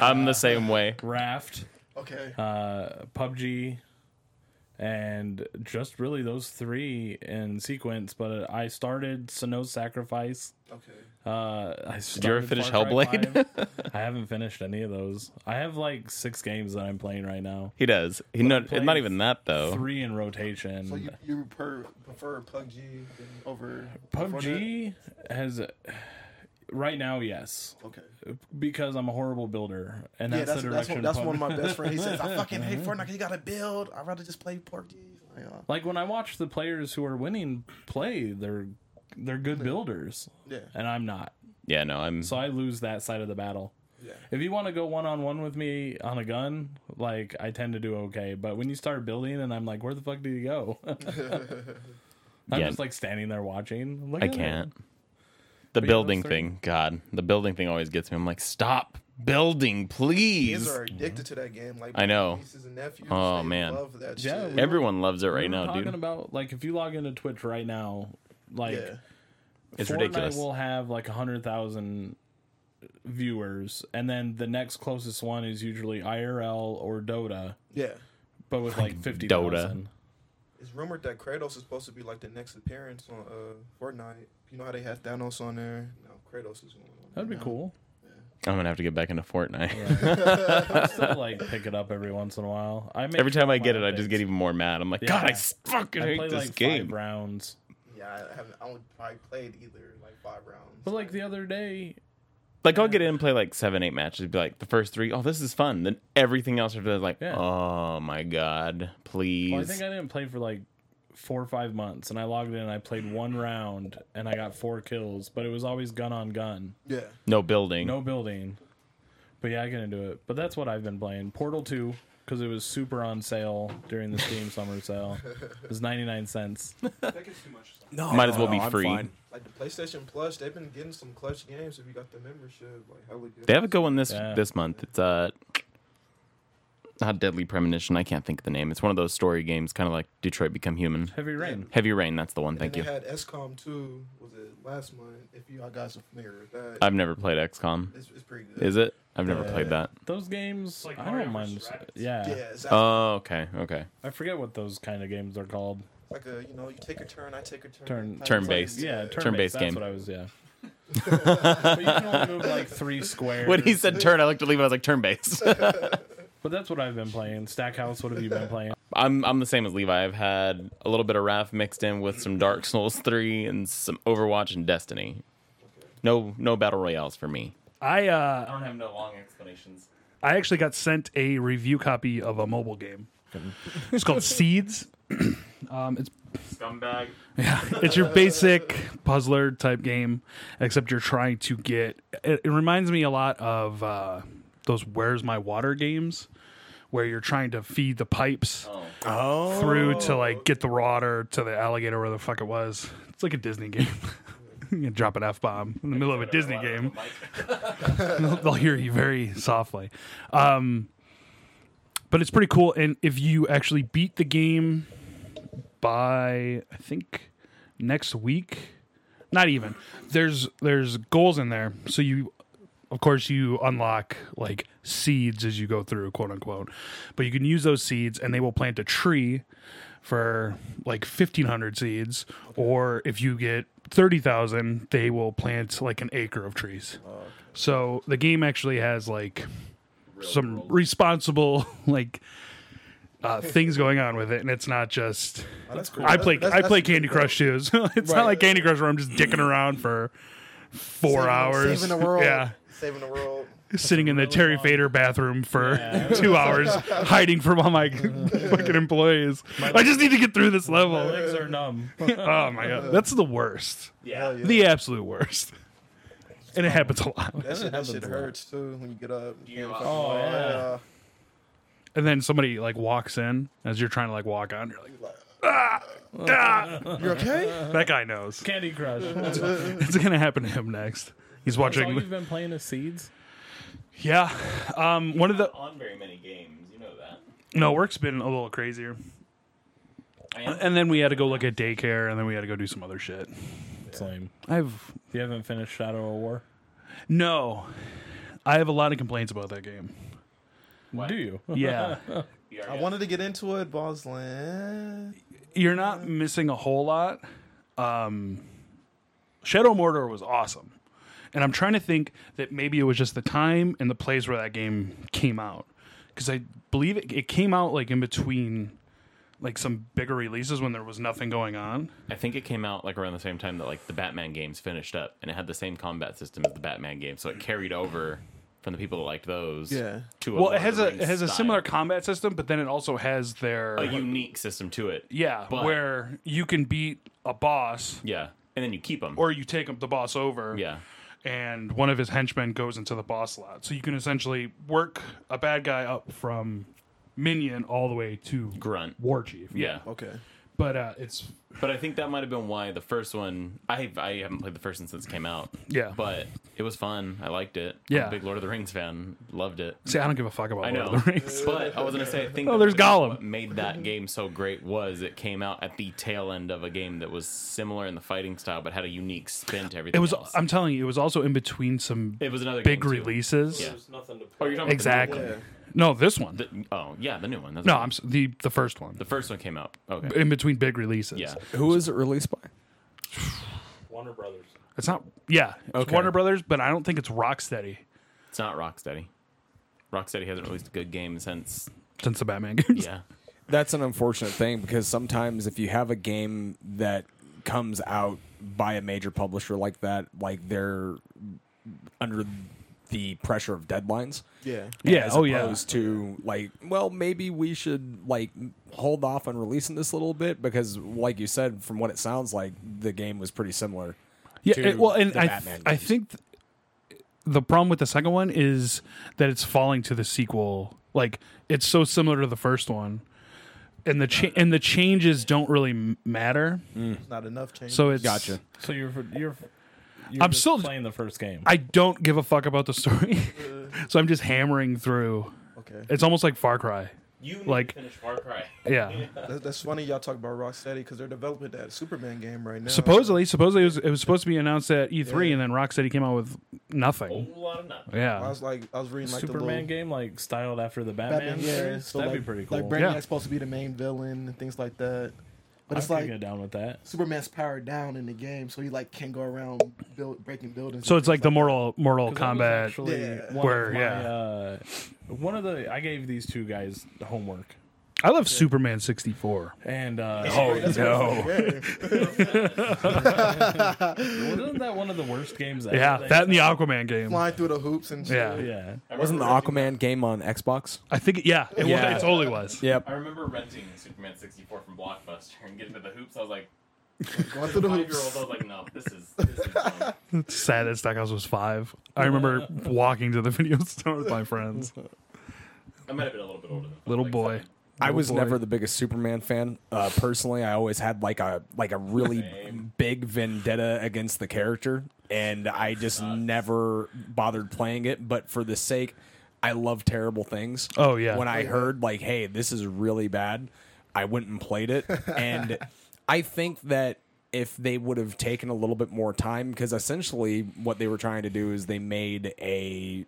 Speaker 3: I'm the same way.
Speaker 2: Raft,
Speaker 7: Okay.
Speaker 2: uh, PUBG, and just really those three in sequence. But I started Snow Sacrifice.
Speaker 7: Okay.
Speaker 2: Uh, I
Speaker 3: you ever
Speaker 2: started
Speaker 3: finish
Speaker 2: Far Cry
Speaker 3: Hellblade?
Speaker 2: 5. I haven't finished any of those. I have like six games that I'm playing right now.
Speaker 3: He does. He not,
Speaker 2: playing
Speaker 3: not even that though.
Speaker 2: Three in rotation.
Speaker 7: So
Speaker 4: um,
Speaker 7: you, you per, prefer PUBG than over
Speaker 2: PUBG has right now, yes,
Speaker 7: Okay.
Speaker 2: because I'm a horrible builder, and
Speaker 7: Yeah,
Speaker 2: that's,
Speaker 7: that's
Speaker 2: the
Speaker 7: that's,
Speaker 2: direction.
Speaker 7: one, that's
Speaker 2: PUBG
Speaker 7: one of my best friends. He says I fucking
Speaker 2: Mhm.
Speaker 7: hate Fortnite. 'cause You gotta build. I'd rather just play PUBG. Like, uh,
Speaker 2: like when I watch the players who are winning play, they're they're good builders,
Speaker 7: Yeah.
Speaker 2: and I'm not,
Speaker 3: Yeah, no, I'm.
Speaker 2: so I lose that side of the battle.
Speaker 7: Yeah.
Speaker 2: If you want to go one on one with me on a gun, like I tend to do okay, but when you start building and I'm like, where the fuck did you go? I'm
Speaker 3: Yeah.
Speaker 2: just like standing there watching. Look
Speaker 3: I
Speaker 2: at it.
Speaker 3: can't. The
Speaker 2: But yeah,
Speaker 3: building
Speaker 2: those
Speaker 3: thing, God, the building thing always gets me. I'm like, stop building,
Speaker 7: Kids
Speaker 3: please.
Speaker 7: are addicted to that game. Like
Speaker 3: I know.
Speaker 7: Nieces and nephews.
Speaker 3: Oh,
Speaker 7: they
Speaker 3: man.
Speaker 7: Love that
Speaker 2: Yeah,
Speaker 7: shit.
Speaker 2: we-
Speaker 3: Everyone loves it right
Speaker 2: we were
Speaker 3: now,
Speaker 2: talking
Speaker 3: dude.
Speaker 2: about like if you log into Twitch right now, like
Speaker 7: yeah.
Speaker 3: It's
Speaker 2: Fortnite
Speaker 3: ridiculous.
Speaker 2: will have like hundred thousand viewers, and then the next closest one is usually IRL or Dota,
Speaker 7: Yeah.
Speaker 2: but with like fifty
Speaker 3: Dota.
Speaker 2: thousand.
Speaker 7: It's rumored that Kratos is supposed to be like the next appearance on uh, Fortnite. You know how they had Thanos on there? No, Kratos is one. on
Speaker 2: That'd be
Speaker 7: there.
Speaker 2: cool.
Speaker 3: I'm gonna have to get back into Fortnite.
Speaker 2: I still like pick it up every once in a while. I make
Speaker 3: Every time
Speaker 2: my
Speaker 3: I get it, I just
Speaker 2: updates.
Speaker 3: get even more mad. I'm like,
Speaker 2: Yeah.
Speaker 3: God, I s- fucking
Speaker 2: I
Speaker 3: hate
Speaker 2: play
Speaker 3: this
Speaker 2: like
Speaker 3: game.
Speaker 2: five rounds.
Speaker 7: Yeah, I haven't. I don't probably played either like five rounds.
Speaker 2: But like the other day,
Speaker 3: Like, I'll get in and play like seven, eight matches. Be like, the first three, oh, this is fun. Then everything else after that is like,
Speaker 2: Yeah.
Speaker 3: oh my God, please.
Speaker 2: well, I think I didn't play for like four or five months, and I logged in. and I played one round, and I got four kills, but it was always gun on gun.
Speaker 7: yeah,
Speaker 3: no building.
Speaker 2: No building. But yeah, I can do it. But that's what I've been playing. Portal 2, because it was super on sale during the Steam summer sale. It was 99 cents.
Speaker 7: that gets too much.
Speaker 4: No,
Speaker 3: Might as well be free.
Speaker 7: Like the PlayStation Plus, they've been getting some clutch games if you got the membership. Like hella good.
Speaker 3: They have a good one this
Speaker 2: Yeah.
Speaker 3: this month. It's uh not Deadly Premonition. I can't think of the name. It's one of those story games, kind of like Detroit Become Human.
Speaker 2: Heavy Rain.
Speaker 3: Heavy Rain. That's the one.
Speaker 7: And
Speaker 3: Thank
Speaker 7: they
Speaker 3: you.
Speaker 7: had SCOM 2, was it last month? If you all guys are familiar with that,
Speaker 3: I've never played XCOM.
Speaker 7: it's, it's pretty good.
Speaker 3: Is it? I've never
Speaker 7: Yeah.
Speaker 3: played that.
Speaker 2: Those games,
Speaker 8: like
Speaker 2: I
Speaker 8: Mario
Speaker 2: don't mind.
Speaker 8: versus rabbits.
Speaker 2: Yeah.
Speaker 7: Yeah, exactly.
Speaker 3: Oh, okay, okay.
Speaker 2: I forget what those kind of games are called.
Speaker 7: like a you know, you take a turn, I take a turn.
Speaker 2: Turn-
Speaker 7: type of
Speaker 3: Turn-based.
Speaker 7: thing.
Speaker 2: Yeah, turn
Speaker 3: Turn-based
Speaker 2: based. That's
Speaker 3: game.
Speaker 2: what I was, yeah. but you can only move like three squares.
Speaker 3: When he said turn, I looked at Levi. I was like, turn based.
Speaker 2: but that's what I've been playing. Stackhouse, what have you been playing?
Speaker 3: I'm I'm the same as Levi. I've had a little bit of Wrath mixed in with some Dark Souls three and some Overwatch and Destiny. No no battle royales for me.
Speaker 1: I uh,
Speaker 3: don't have no long explanations.
Speaker 1: I actually got sent a review copy of a mobile game. It's called Seeds. um, it's
Speaker 3: Scumbag.
Speaker 1: it's your basic puzzler type game, except you're trying to get. It, it reminds me a lot of uh, those "Where's My Water" games, where you're trying to feed the pipes
Speaker 4: Oh,
Speaker 1: through to like get the water to the alligator where the fuck it was. It's like a Disney game. You drop an F bomb in the middle of a Disney game. they'll, they'll hear you very softly. Um, but it's pretty cool. And if you actually beat the game by, I think, next week, not even, there's there's goals in there. So you, of course, you unlock like seeds as you go through, quote unquote. But you can use those seeds, and they will plant a tree for like 1500 seeds or if you get 30,000 they will plant like an acre of trees.
Speaker 7: Oh,
Speaker 1: So the game actually has like some responsible like uh, things going on with it and it's not just
Speaker 7: Oh, that's cool.
Speaker 1: I play
Speaker 7: That's-
Speaker 1: I
Speaker 7: that's-
Speaker 1: play
Speaker 7: that's
Speaker 1: Candy Crush too. So it's not
Speaker 7: Right.
Speaker 1: like Candy Crush where I'm just dicking around for 4
Speaker 7: saving-
Speaker 1: hours.
Speaker 7: Saving the world.
Speaker 1: Yeah.
Speaker 7: Saving the world.
Speaker 1: Sitting in the Terry Fader bathroom for 2 hours hiding from all my fucking employees. I just need to get through this level.
Speaker 2: My legs are numb.
Speaker 1: Oh my god, that's the worst.
Speaker 7: Yeah. yeah.
Speaker 1: The absolute worst. And it happens a lot.
Speaker 7: that shit, that
Speaker 2: happens
Speaker 7: shit
Speaker 2: a lot.
Speaker 7: hurts too when you get up. You
Speaker 3: You
Speaker 7: know,
Speaker 3: up.
Speaker 7: fucking- uh,
Speaker 2: Oh, yeah.
Speaker 1: And then somebody like walks in as you're trying to like walk on. You're like,
Speaker 7: yeah. You
Speaker 2: Uh-huh.
Speaker 7: okay?
Speaker 1: that guy knows.
Speaker 2: Candy Crush. That's
Speaker 1: It's gonna happen to him next. He's
Speaker 2: all
Speaker 1: watching.
Speaker 2: you've been playing is seeds.
Speaker 1: Yeah. Um. One of the
Speaker 3: on very many games, you know that.
Speaker 1: no work's been a little crazier.
Speaker 3: I am-
Speaker 1: And then we had to go look at daycare, and then we had to go do some other shit.
Speaker 2: It's lame.
Speaker 1: I've
Speaker 2: You haven't finished Shadow of War,
Speaker 1: no. I have a lot of complaints about that game.
Speaker 2: do you?
Speaker 1: Yeah.
Speaker 7: I wanted to get into it, but I was like, eh.
Speaker 1: you're not missing a whole lot. Um, Shadow Mordor was awesome, and I'm trying to think that maybe it was just the time and the place where that game came out, because I believe it, it came out like in between, like some bigger releases when there was nothing going on.
Speaker 3: I think it came out like around the same time that like the Batman games finished up, and it had the same combat system as the Batman game, so it carried over from the people that liked those.
Speaker 7: Yeah.
Speaker 3: To
Speaker 1: Well,
Speaker 3: Lord
Speaker 1: it
Speaker 3: of
Speaker 1: has
Speaker 3: the
Speaker 1: a
Speaker 3: Rings
Speaker 1: it has a
Speaker 3: style.
Speaker 1: similar combat system, but then it also has their
Speaker 3: a unique system to it.
Speaker 1: yeah,
Speaker 3: but-
Speaker 1: where you can beat a boss
Speaker 3: Yeah, and then you keep them.
Speaker 1: or you take up the boss over.
Speaker 3: yeah,
Speaker 1: and one of his henchmen goes into the boss lot. So you can essentially work a bad guy up from minion all the way to
Speaker 3: grunt.
Speaker 1: war chief.
Speaker 3: Yeah.
Speaker 7: Okay.
Speaker 1: but uh, it's
Speaker 3: But I think that might have been why the first one. I I haven't played the first one since it came out.
Speaker 1: Yeah.
Speaker 3: But it was fun. I liked it. I'm
Speaker 1: Yeah.
Speaker 3: a big Lord of the Rings fan. Loved it.
Speaker 1: see, I don't give a fuck about
Speaker 3: I
Speaker 1: Lord
Speaker 3: know.
Speaker 1: of the Rings.
Speaker 3: But I was gonna say, I think
Speaker 1: Oh,
Speaker 3: that
Speaker 1: there's
Speaker 3: what-
Speaker 1: Gollum.
Speaker 3: What made that game so great was it came out at the tail end of a game that was similar in the fighting style, but had a unique spin to everything.
Speaker 1: It was.
Speaker 3: Else.
Speaker 1: I'm telling you, it was also in between some
Speaker 3: it was another
Speaker 1: big
Speaker 3: game, too.
Speaker 1: releases.
Speaker 3: Yeah.
Speaker 8: There's nothing to play.
Speaker 3: Oh, you're talking
Speaker 1: Exactly.
Speaker 7: Yeah.
Speaker 1: No, this one.
Speaker 3: About the, oh, yeah, the new one. That's
Speaker 1: no,
Speaker 3: right.
Speaker 1: I'm s- the the first one.
Speaker 3: The first one came out. Okay.
Speaker 1: in between big releases.
Speaker 3: yeah.
Speaker 4: Who is it released by?
Speaker 8: Warner Brothers.
Speaker 1: It's not. Yeah, it's
Speaker 4: Okay.
Speaker 1: Warner Brothers, but I don't think it's Rocksteady
Speaker 3: It's not Rocksteady. Rocksteady hasn't released a good game since.
Speaker 1: since the Batman games.
Speaker 3: Yeah.
Speaker 4: That's an unfortunate thing because sometimes if you have a game that comes out by a major publisher like that, like they're under the pressure of deadlines.
Speaker 7: Yeah.
Speaker 1: Yeah,
Speaker 4: As
Speaker 1: oh yeah.
Speaker 4: opposed to like, well, maybe we should like hold off on releasing this a little bit because, like you said, from what it sounds like, the game was pretty similar.
Speaker 1: yeah
Speaker 4: to
Speaker 1: it- well and
Speaker 4: the
Speaker 1: I,
Speaker 4: Batman
Speaker 1: I
Speaker 4: games.
Speaker 1: think th- the problem with the second one is that it's falling to the sequel like it's so similar to the first one and the cha- and the changes don't really m- matter
Speaker 7: It's not enough change.
Speaker 1: so it's
Speaker 4: Mm-hmm. Gotcha.
Speaker 2: So you're you're. you're
Speaker 1: I'm
Speaker 2: just
Speaker 1: still-
Speaker 2: playing the first game.
Speaker 1: i don't give a fuck about the story so i'm just hammering through
Speaker 7: okay.
Speaker 1: it's almost like far cry
Speaker 3: You
Speaker 1: Like-
Speaker 3: finish Far Cry.
Speaker 1: yeah
Speaker 7: That, that's funny y'all talk about Rocksteady because they're developing that Superman game right now.
Speaker 1: supposedly supposedly it was, it was supposed to be announced at e3
Speaker 7: Yeah.
Speaker 1: and then rocksteady came out with
Speaker 3: A
Speaker 1: nothing
Speaker 3: lot of
Speaker 4: Oh.
Speaker 3: nothing.
Speaker 7: I
Speaker 1: yeah
Speaker 7: was like, I was reading like
Speaker 2: Superman
Speaker 7: the little,
Speaker 2: game like styled after the Batman,
Speaker 7: Batman, yeah.
Speaker 2: series.
Speaker 7: So
Speaker 2: That'd
Speaker 7: like,
Speaker 2: be pretty cool.
Speaker 7: Like
Speaker 1: Yeah.
Speaker 7: Brainiac's supposed to be the main villain and things like that.
Speaker 2: I
Speaker 7: But it's
Speaker 2: could
Speaker 7: like
Speaker 2: get down with that.
Speaker 7: Superman's powered down in the game, so he like can't go around build, breaking buildings.
Speaker 1: so
Speaker 7: and
Speaker 1: it's like the
Speaker 7: things
Speaker 1: moral moral combat
Speaker 2: That was actually
Speaker 7: Yeah.
Speaker 2: one
Speaker 1: Where,
Speaker 2: of my,
Speaker 1: yeah.
Speaker 2: uh, one of the I gave these two guys homework,
Speaker 1: i love superman 64
Speaker 2: and uh,
Speaker 4: Oh,
Speaker 1: no
Speaker 2: wasn't that one of the worst games? Ever
Speaker 1: yeah
Speaker 2: they-
Speaker 1: that and the aquaman game
Speaker 7: flying through the hoops and shit.
Speaker 1: Yeah.
Speaker 2: yeah.
Speaker 4: Wasn't the Aquaman game on Xbox?
Speaker 1: I think, yeah, it, was-
Speaker 4: Yeah.
Speaker 1: it totally was.
Speaker 4: Yep.
Speaker 3: I remember renting Superman 64 from Blockbuster and getting to the hoops. I was like,
Speaker 7: going through the
Speaker 3: five year old,
Speaker 7: hoops.
Speaker 3: I was like, no, this is. This is dumb.
Speaker 1: It's sad that Stackhouse was five. I remember walking to the video store with my friends.
Speaker 3: I might have been a little bit older. Than
Speaker 1: Little boy.
Speaker 4: I was
Speaker 1: boy.
Speaker 4: never the biggest Superman fan. Uh, personally, I always had like a like a really big vendetta against the character, and I just never bothered playing it. But for the sake, I love terrible things.
Speaker 1: Oh, yeah.
Speaker 4: When I heard like, "Hey, this is really bad," I went and played it, and I think that if they would have taken a little bit more time, because essentially what they were trying to do is they made a.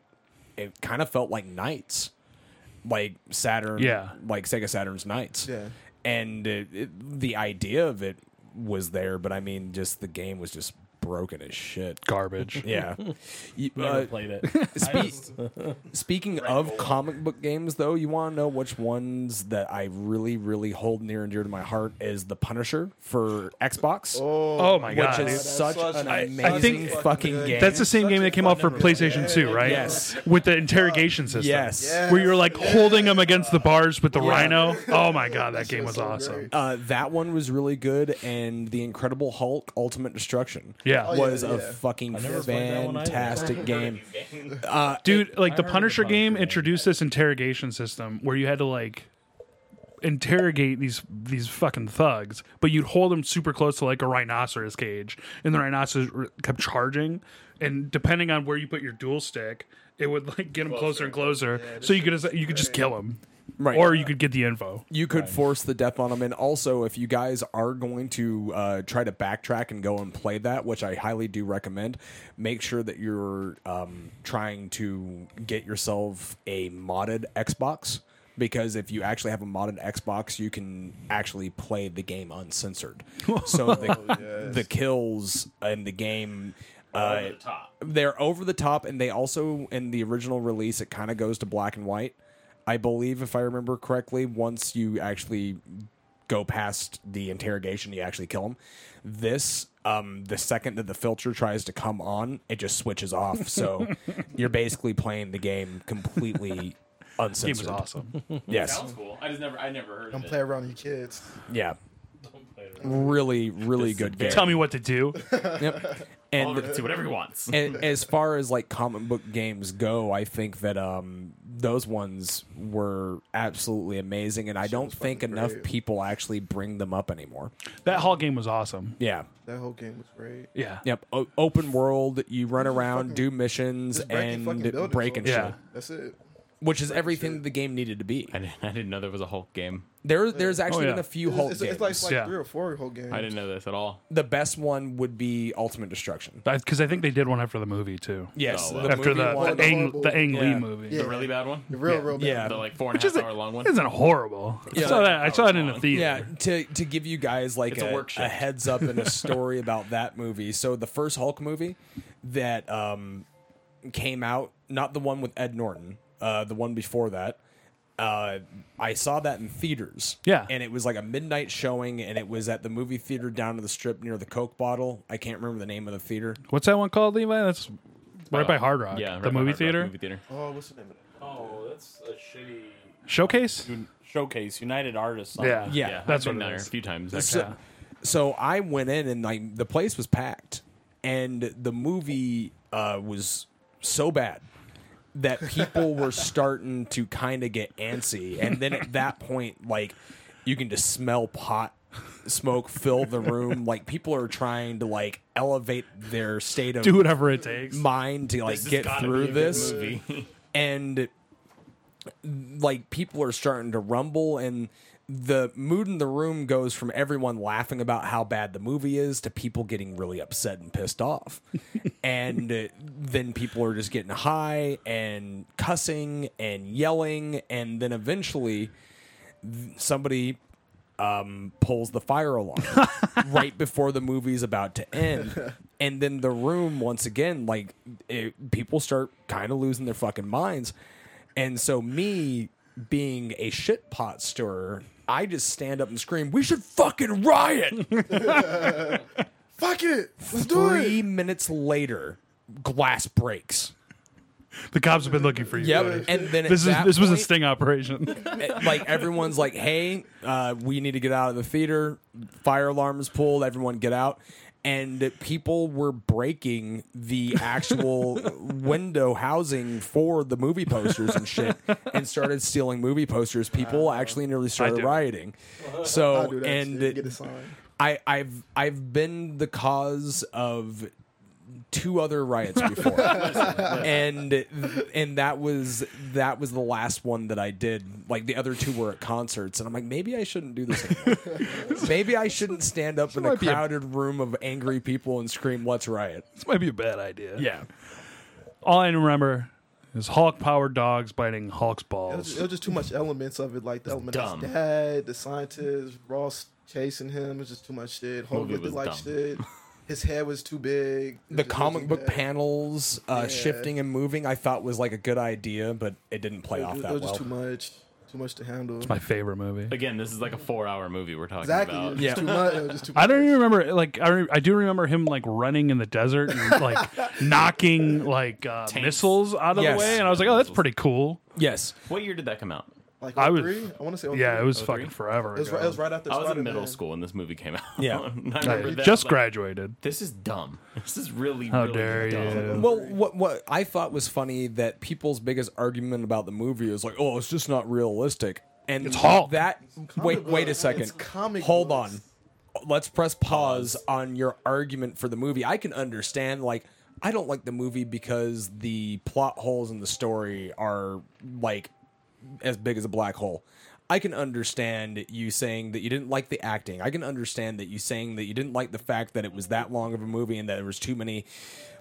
Speaker 4: It kind of felt like Knights like Saturn,
Speaker 1: Yeah.
Speaker 4: like Sega Saturn's Nights.
Speaker 7: Yeah.
Speaker 4: And it, it, the idea of it was there, but I mean, just the game was just broken as shit.
Speaker 1: Garbage.
Speaker 4: Yeah. You-
Speaker 2: Never
Speaker 4: uh,
Speaker 2: played it.
Speaker 4: spe- speaking of comic book games, though, you want to know which ones that I really, really hold near and dear to my heart is The Punisher for Xbox,
Speaker 1: Oh my
Speaker 4: which
Speaker 1: god. dude.
Speaker 4: is such
Speaker 7: such
Speaker 4: an
Speaker 7: an- I- I
Speaker 4: amazing
Speaker 1: think-
Speaker 4: fucking game.
Speaker 1: That's the same
Speaker 7: Such
Speaker 1: game
Speaker 7: a
Speaker 1: that came
Speaker 7: fun
Speaker 1: out for
Speaker 7: number one.
Speaker 1: PlayStation 2, right?
Speaker 4: Yes.
Speaker 1: With the interrogation system.
Speaker 4: yes.
Speaker 1: Where you're like holding him against the bars with the
Speaker 4: Yeah.
Speaker 1: rhino. Oh my god, that game was
Speaker 7: shit's so
Speaker 1: awesome.
Speaker 7: great.
Speaker 4: Uh, that one was really good, and the Incredible Hulk: Ultimate Destruction.
Speaker 1: Yeah. Oh, yeah,
Speaker 4: was a
Speaker 7: yeah.
Speaker 4: fucking
Speaker 2: never played that one either.
Speaker 4: fantastic game.
Speaker 1: Dude, like the
Speaker 2: heard of
Speaker 1: Punisher
Speaker 2: the
Speaker 1: game
Speaker 2: Punisher game.
Speaker 1: introduced this interrogation system where you had to like interrogate these these fucking thugs, but you'd hold them super close to like a rhinoceros cage, and the rhinoceros r- kept charging, and depending on where you put your dual stick, it would like get them closer, and closer, so you could just- you could just kill them,
Speaker 4: Right.
Speaker 1: Or you could get the info.
Speaker 4: You could force the death on them, and also if you guys are going to uh, try to backtrack and go and play that, which I highly do recommend, make sure that you're um, trying to get yourself a modded Xbox. Because if you actually have a modded Xbox, you can actually play the game uncensored. So the, the kills in the game uh,
Speaker 3: the top.
Speaker 4: they're over the top and they also in the original release it kind of goes to black and white i believe if i remember correctly once you actually go past the interrogation you actually kill him this um, the second that the filter tries to come on it just switches off so you're basically playing the game completely
Speaker 1: Game
Speaker 4: uncensored
Speaker 1: was awesome.
Speaker 4: yes
Speaker 3: Sounds cool. I just never, I never heard
Speaker 7: Don't
Speaker 3: of
Speaker 7: play
Speaker 3: it.
Speaker 7: around your kids.
Speaker 4: yeah really really good game
Speaker 1: Tell me what to do.
Speaker 4: Yep.
Speaker 3: All
Speaker 4: and
Speaker 3: of it, do whatever he wants.
Speaker 4: and as far as like comic book games go, I think that um those ones were absolutely amazing, and I don't think enough people actually bring them up anymore.
Speaker 1: That Hall game was awesome.
Speaker 4: Yeah.
Speaker 7: That whole game was great.
Speaker 1: Yeah.
Speaker 4: Yep. O- open world. You run around, do missions,
Speaker 7: breaking
Speaker 4: and
Speaker 7: fucking buildings,
Speaker 4: break and
Speaker 7: bro.
Speaker 1: Yeah.
Speaker 4: shit,
Speaker 7: That's it.
Speaker 4: which is everything the game needed to be.
Speaker 3: I didn't, I didn't know there was a Hulk game.
Speaker 4: There, there's actually
Speaker 1: yeah.
Speaker 4: been a few
Speaker 7: It's,
Speaker 4: Hulk
Speaker 7: it's,
Speaker 4: games.
Speaker 7: it's like, it's like
Speaker 1: Yeah.
Speaker 7: three or four whole games.
Speaker 3: I didn't know this at all.
Speaker 4: the best one would be Ultimate Destruction.
Speaker 1: Because I think they did one after the movie too.
Speaker 4: Yes,
Speaker 3: Oh, wow.
Speaker 4: the
Speaker 1: after
Speaker 4: movie
Speaker 1: the
Speaker 4: one.
Speaker 1: the Ang, the Ang Lee
Speaker 4: Yeah.
Speaker 1: movie.
Speaker 7: Yeah.
Speaker 3: The really bad one?
Speaker 7: The real, real bad.
Speaker 4: Yeah.
Speaker 3: The like four and a
Speaker 1: Which
Speaker 3: half
Speaker 1: isn't-
Speaker 3: hour long one?
Speaker 1: Isn't horrible. I
Speaker 4: Yeah.
Speaker 1: saw that. I saw it in the theater.
Speaker 4: Yeah, to to give you guys like
Speaker 3: It's a
Speaker 4: a,
Speaker 3: work
Speaker 4: a
Speaker 3: shift.
Speaker 4: heads up and a story about that movie. So the first Hulk movie that um, came out, not the one with Ed Norton, uh, the one before that. Uh, I saw that in theaters.
Speaker 1: Yeah.
Speaker 4: and it was like a midnight showing, and it was at the movie theater down to the strip near the Coke bottle. I can't remember the name of the theater.
Speaker 1: What's that one called, Levi? That's right by Hard Rock.
Speaker 3: Uh, Yeah, right
Speaker 1: the
Speaker 3: by
Speaker 1: movie
Speaker 3: Hard Rock
Speaker 1: theater
Speaker 3: Movie theater.
Speaker 7: Oh, what's the name of that?
Speaker 8: Oh, that's a shitty
Speaker 1: showcase.
Speaker 2: Showcase United Artists. on
Speaker 1: Yeah,
Speaker 2: it.
Speaker 4: Yeah.
Speaker 3: Yeah,
Speaker 1: That's
Speaker 3: I've been
Speaker 1: what it
Speaker 3: there
Speaker 1: is.
Speaker 3: a few times.
Speaker 4: So,
Speaker 3: Actually.
Speaker 4: so I went in and like the place was packed, and the movie uh, was so bad that people were starting to kind of get antsy, and then at that point, like you can just smell pot smoke fill the room. Like people are trying to like elevate their state of
Speaker 1: Do whatever it takes.
Speaker 4: mind to like
Speaker 3: has
Speaker 4: get
Speaker 3: gotta
Speaker 4: through
Speaker 3: be a good
Speaker 4: this
Speaker 3: movie.
Speaker 4: and like people are starting to rumble and the mood in the room goes from everyone laughing about how bad the movie is to people getting really upset and pissed off and uh, then people are just getting high and cussing and yelling and then eventually th- somebody um, pulls the fire alarm right before the movie's about to end. And then the room, once again, like it, people start kind of losing their fucking minds. And so, me being a shit pot stirrer, I just stand up and scream, We should fucking riot.
Speaker 7: Fuck it. Let's do it.
Speaker 4: Three minutes later, glass breaks.
Speaker 1: The cops have been looking for you.
Speaker 4: Yep. And then at
Speaker 1: This is
Speaker 4: that
Speaker 1: this was a
Speaker 4: point-
Speaker 1: sting operation.
Speaker 4: it- Eh, like everyone's like, "Hey, uh, we need to get out of the theater. Fire alarm is pulled. Everyone get out." and people were breaking the actual window housing for the movie posters and shit and started stealing movie posters. People actually nearly started
Speaker 1: do.
Speaker 4: rioting.
Speaker 7: I'll
Speaker 4: So
Speaker 7: do that
Speaker 4: and
Speaker 7: shit, get a sign.
Speaker 4: I, I've I've been the cause of two other riots before, and and that was that was the last one that I did. Like the other two were at concerts, and I'm like, maybe I shouldn't do this. Anymore. maybe I shouldn't stand up in a
Speaker 1: might be a-
Speaker 4: crowded room of angry people and scream, "Let's riot!"
Speaker 1: This might be a bad idea. All I remember is Hulk powered dogs biting Hulk's
Speaker 7: It was,
Speaker 1: balls.
Speaker 7: it was just too much elements of it, like the element
Speaker 3: dumb.
Speaker 7: of his dad, the scientist, Ross chasing him. It was just too much shit. Hogan
Speaker 3: Movie was
Speaker 7: looked like
Speaker 3: dumb.
Speaker 7: shit. His hair was too big. It
Speaker 4: The
Speaker 7: just
Speaker 4: comic
Speaker 7: wasn't
Speaker 4: book
Speaker 7: that.
Speaker 4: panels uh, shifting and moving, I thought was like a good idea, but it didn't play
Speaker 7: It
Speaker 4: off
Speaker 7: was,
Speaker 4: that
Speaker 7: it was
Speaker 4: well.
Speaker 7: just too much. Too much to handle.
Speaker 1: My favorite movie.
Speaker 3: Again, this is like a four-hour movie we're talking
Speaker 7: Exactly. It
Speaker 3: about.
Speaker 7: was just too much. It was just too
Speaker 1: I don't
Speaker 7: much.
Speaker 1: even remember. Like I, re- I do remember him like running in the desert and like knocking like uh, missiles out of
Speaker 4: Yes.
Speaker 1: the way, and I was like, oh, that's pretty cool.
Speaker 4: Yes,
Speaker 3: What year did that come out?
Speaker 7: Like
Speaker 1: I was-
Speaker 7: three. I want to say.
Speaker 1: Yeah, it
Speaker 7: 03.
Speaker 1: was fucking forever.
Speaker 7: It was,
Speaker 1: ago.
Speaker 7: right, it was right after.
Speaker 3: I was in
Speaker 7: Spider-Man.
Speaker 3: middle school when this movie came out.
Speaker 4: Yeah.
Speaker 3: I
Speaker 1: I
Speaker 3: remember that,
Speaker 1: just
Speaker 3: like,
Speaker 1: graduated.
Speaker 3: This is dumb. This is really,
Speaker 1: How
Speaker 3: really
Speaker 1: dare
Speaker 3: dumb.
Speaker 1: you?
Speaker 4: Well, what what I thought was funny that people's biggest argument about the movie is like, oh, it's just not realistic. And it's
Speaker 1: Hulk.
Speaker 4: That wait,
Speaker 7: book.
Speaker 4: wait a second.
Speaker 7: It's comic
Speaker 4: Hold
Speaker 7: books.
Speaker 4: on. Let's press pause on your argument for the movie. I can understand like I don't like the movie because the plot holes in the story are like as big as a black hole. I can understand you saying that you didn't like the acting. I can understand that you saying that you didn't like the fact that it was that long of a movie and that there was too many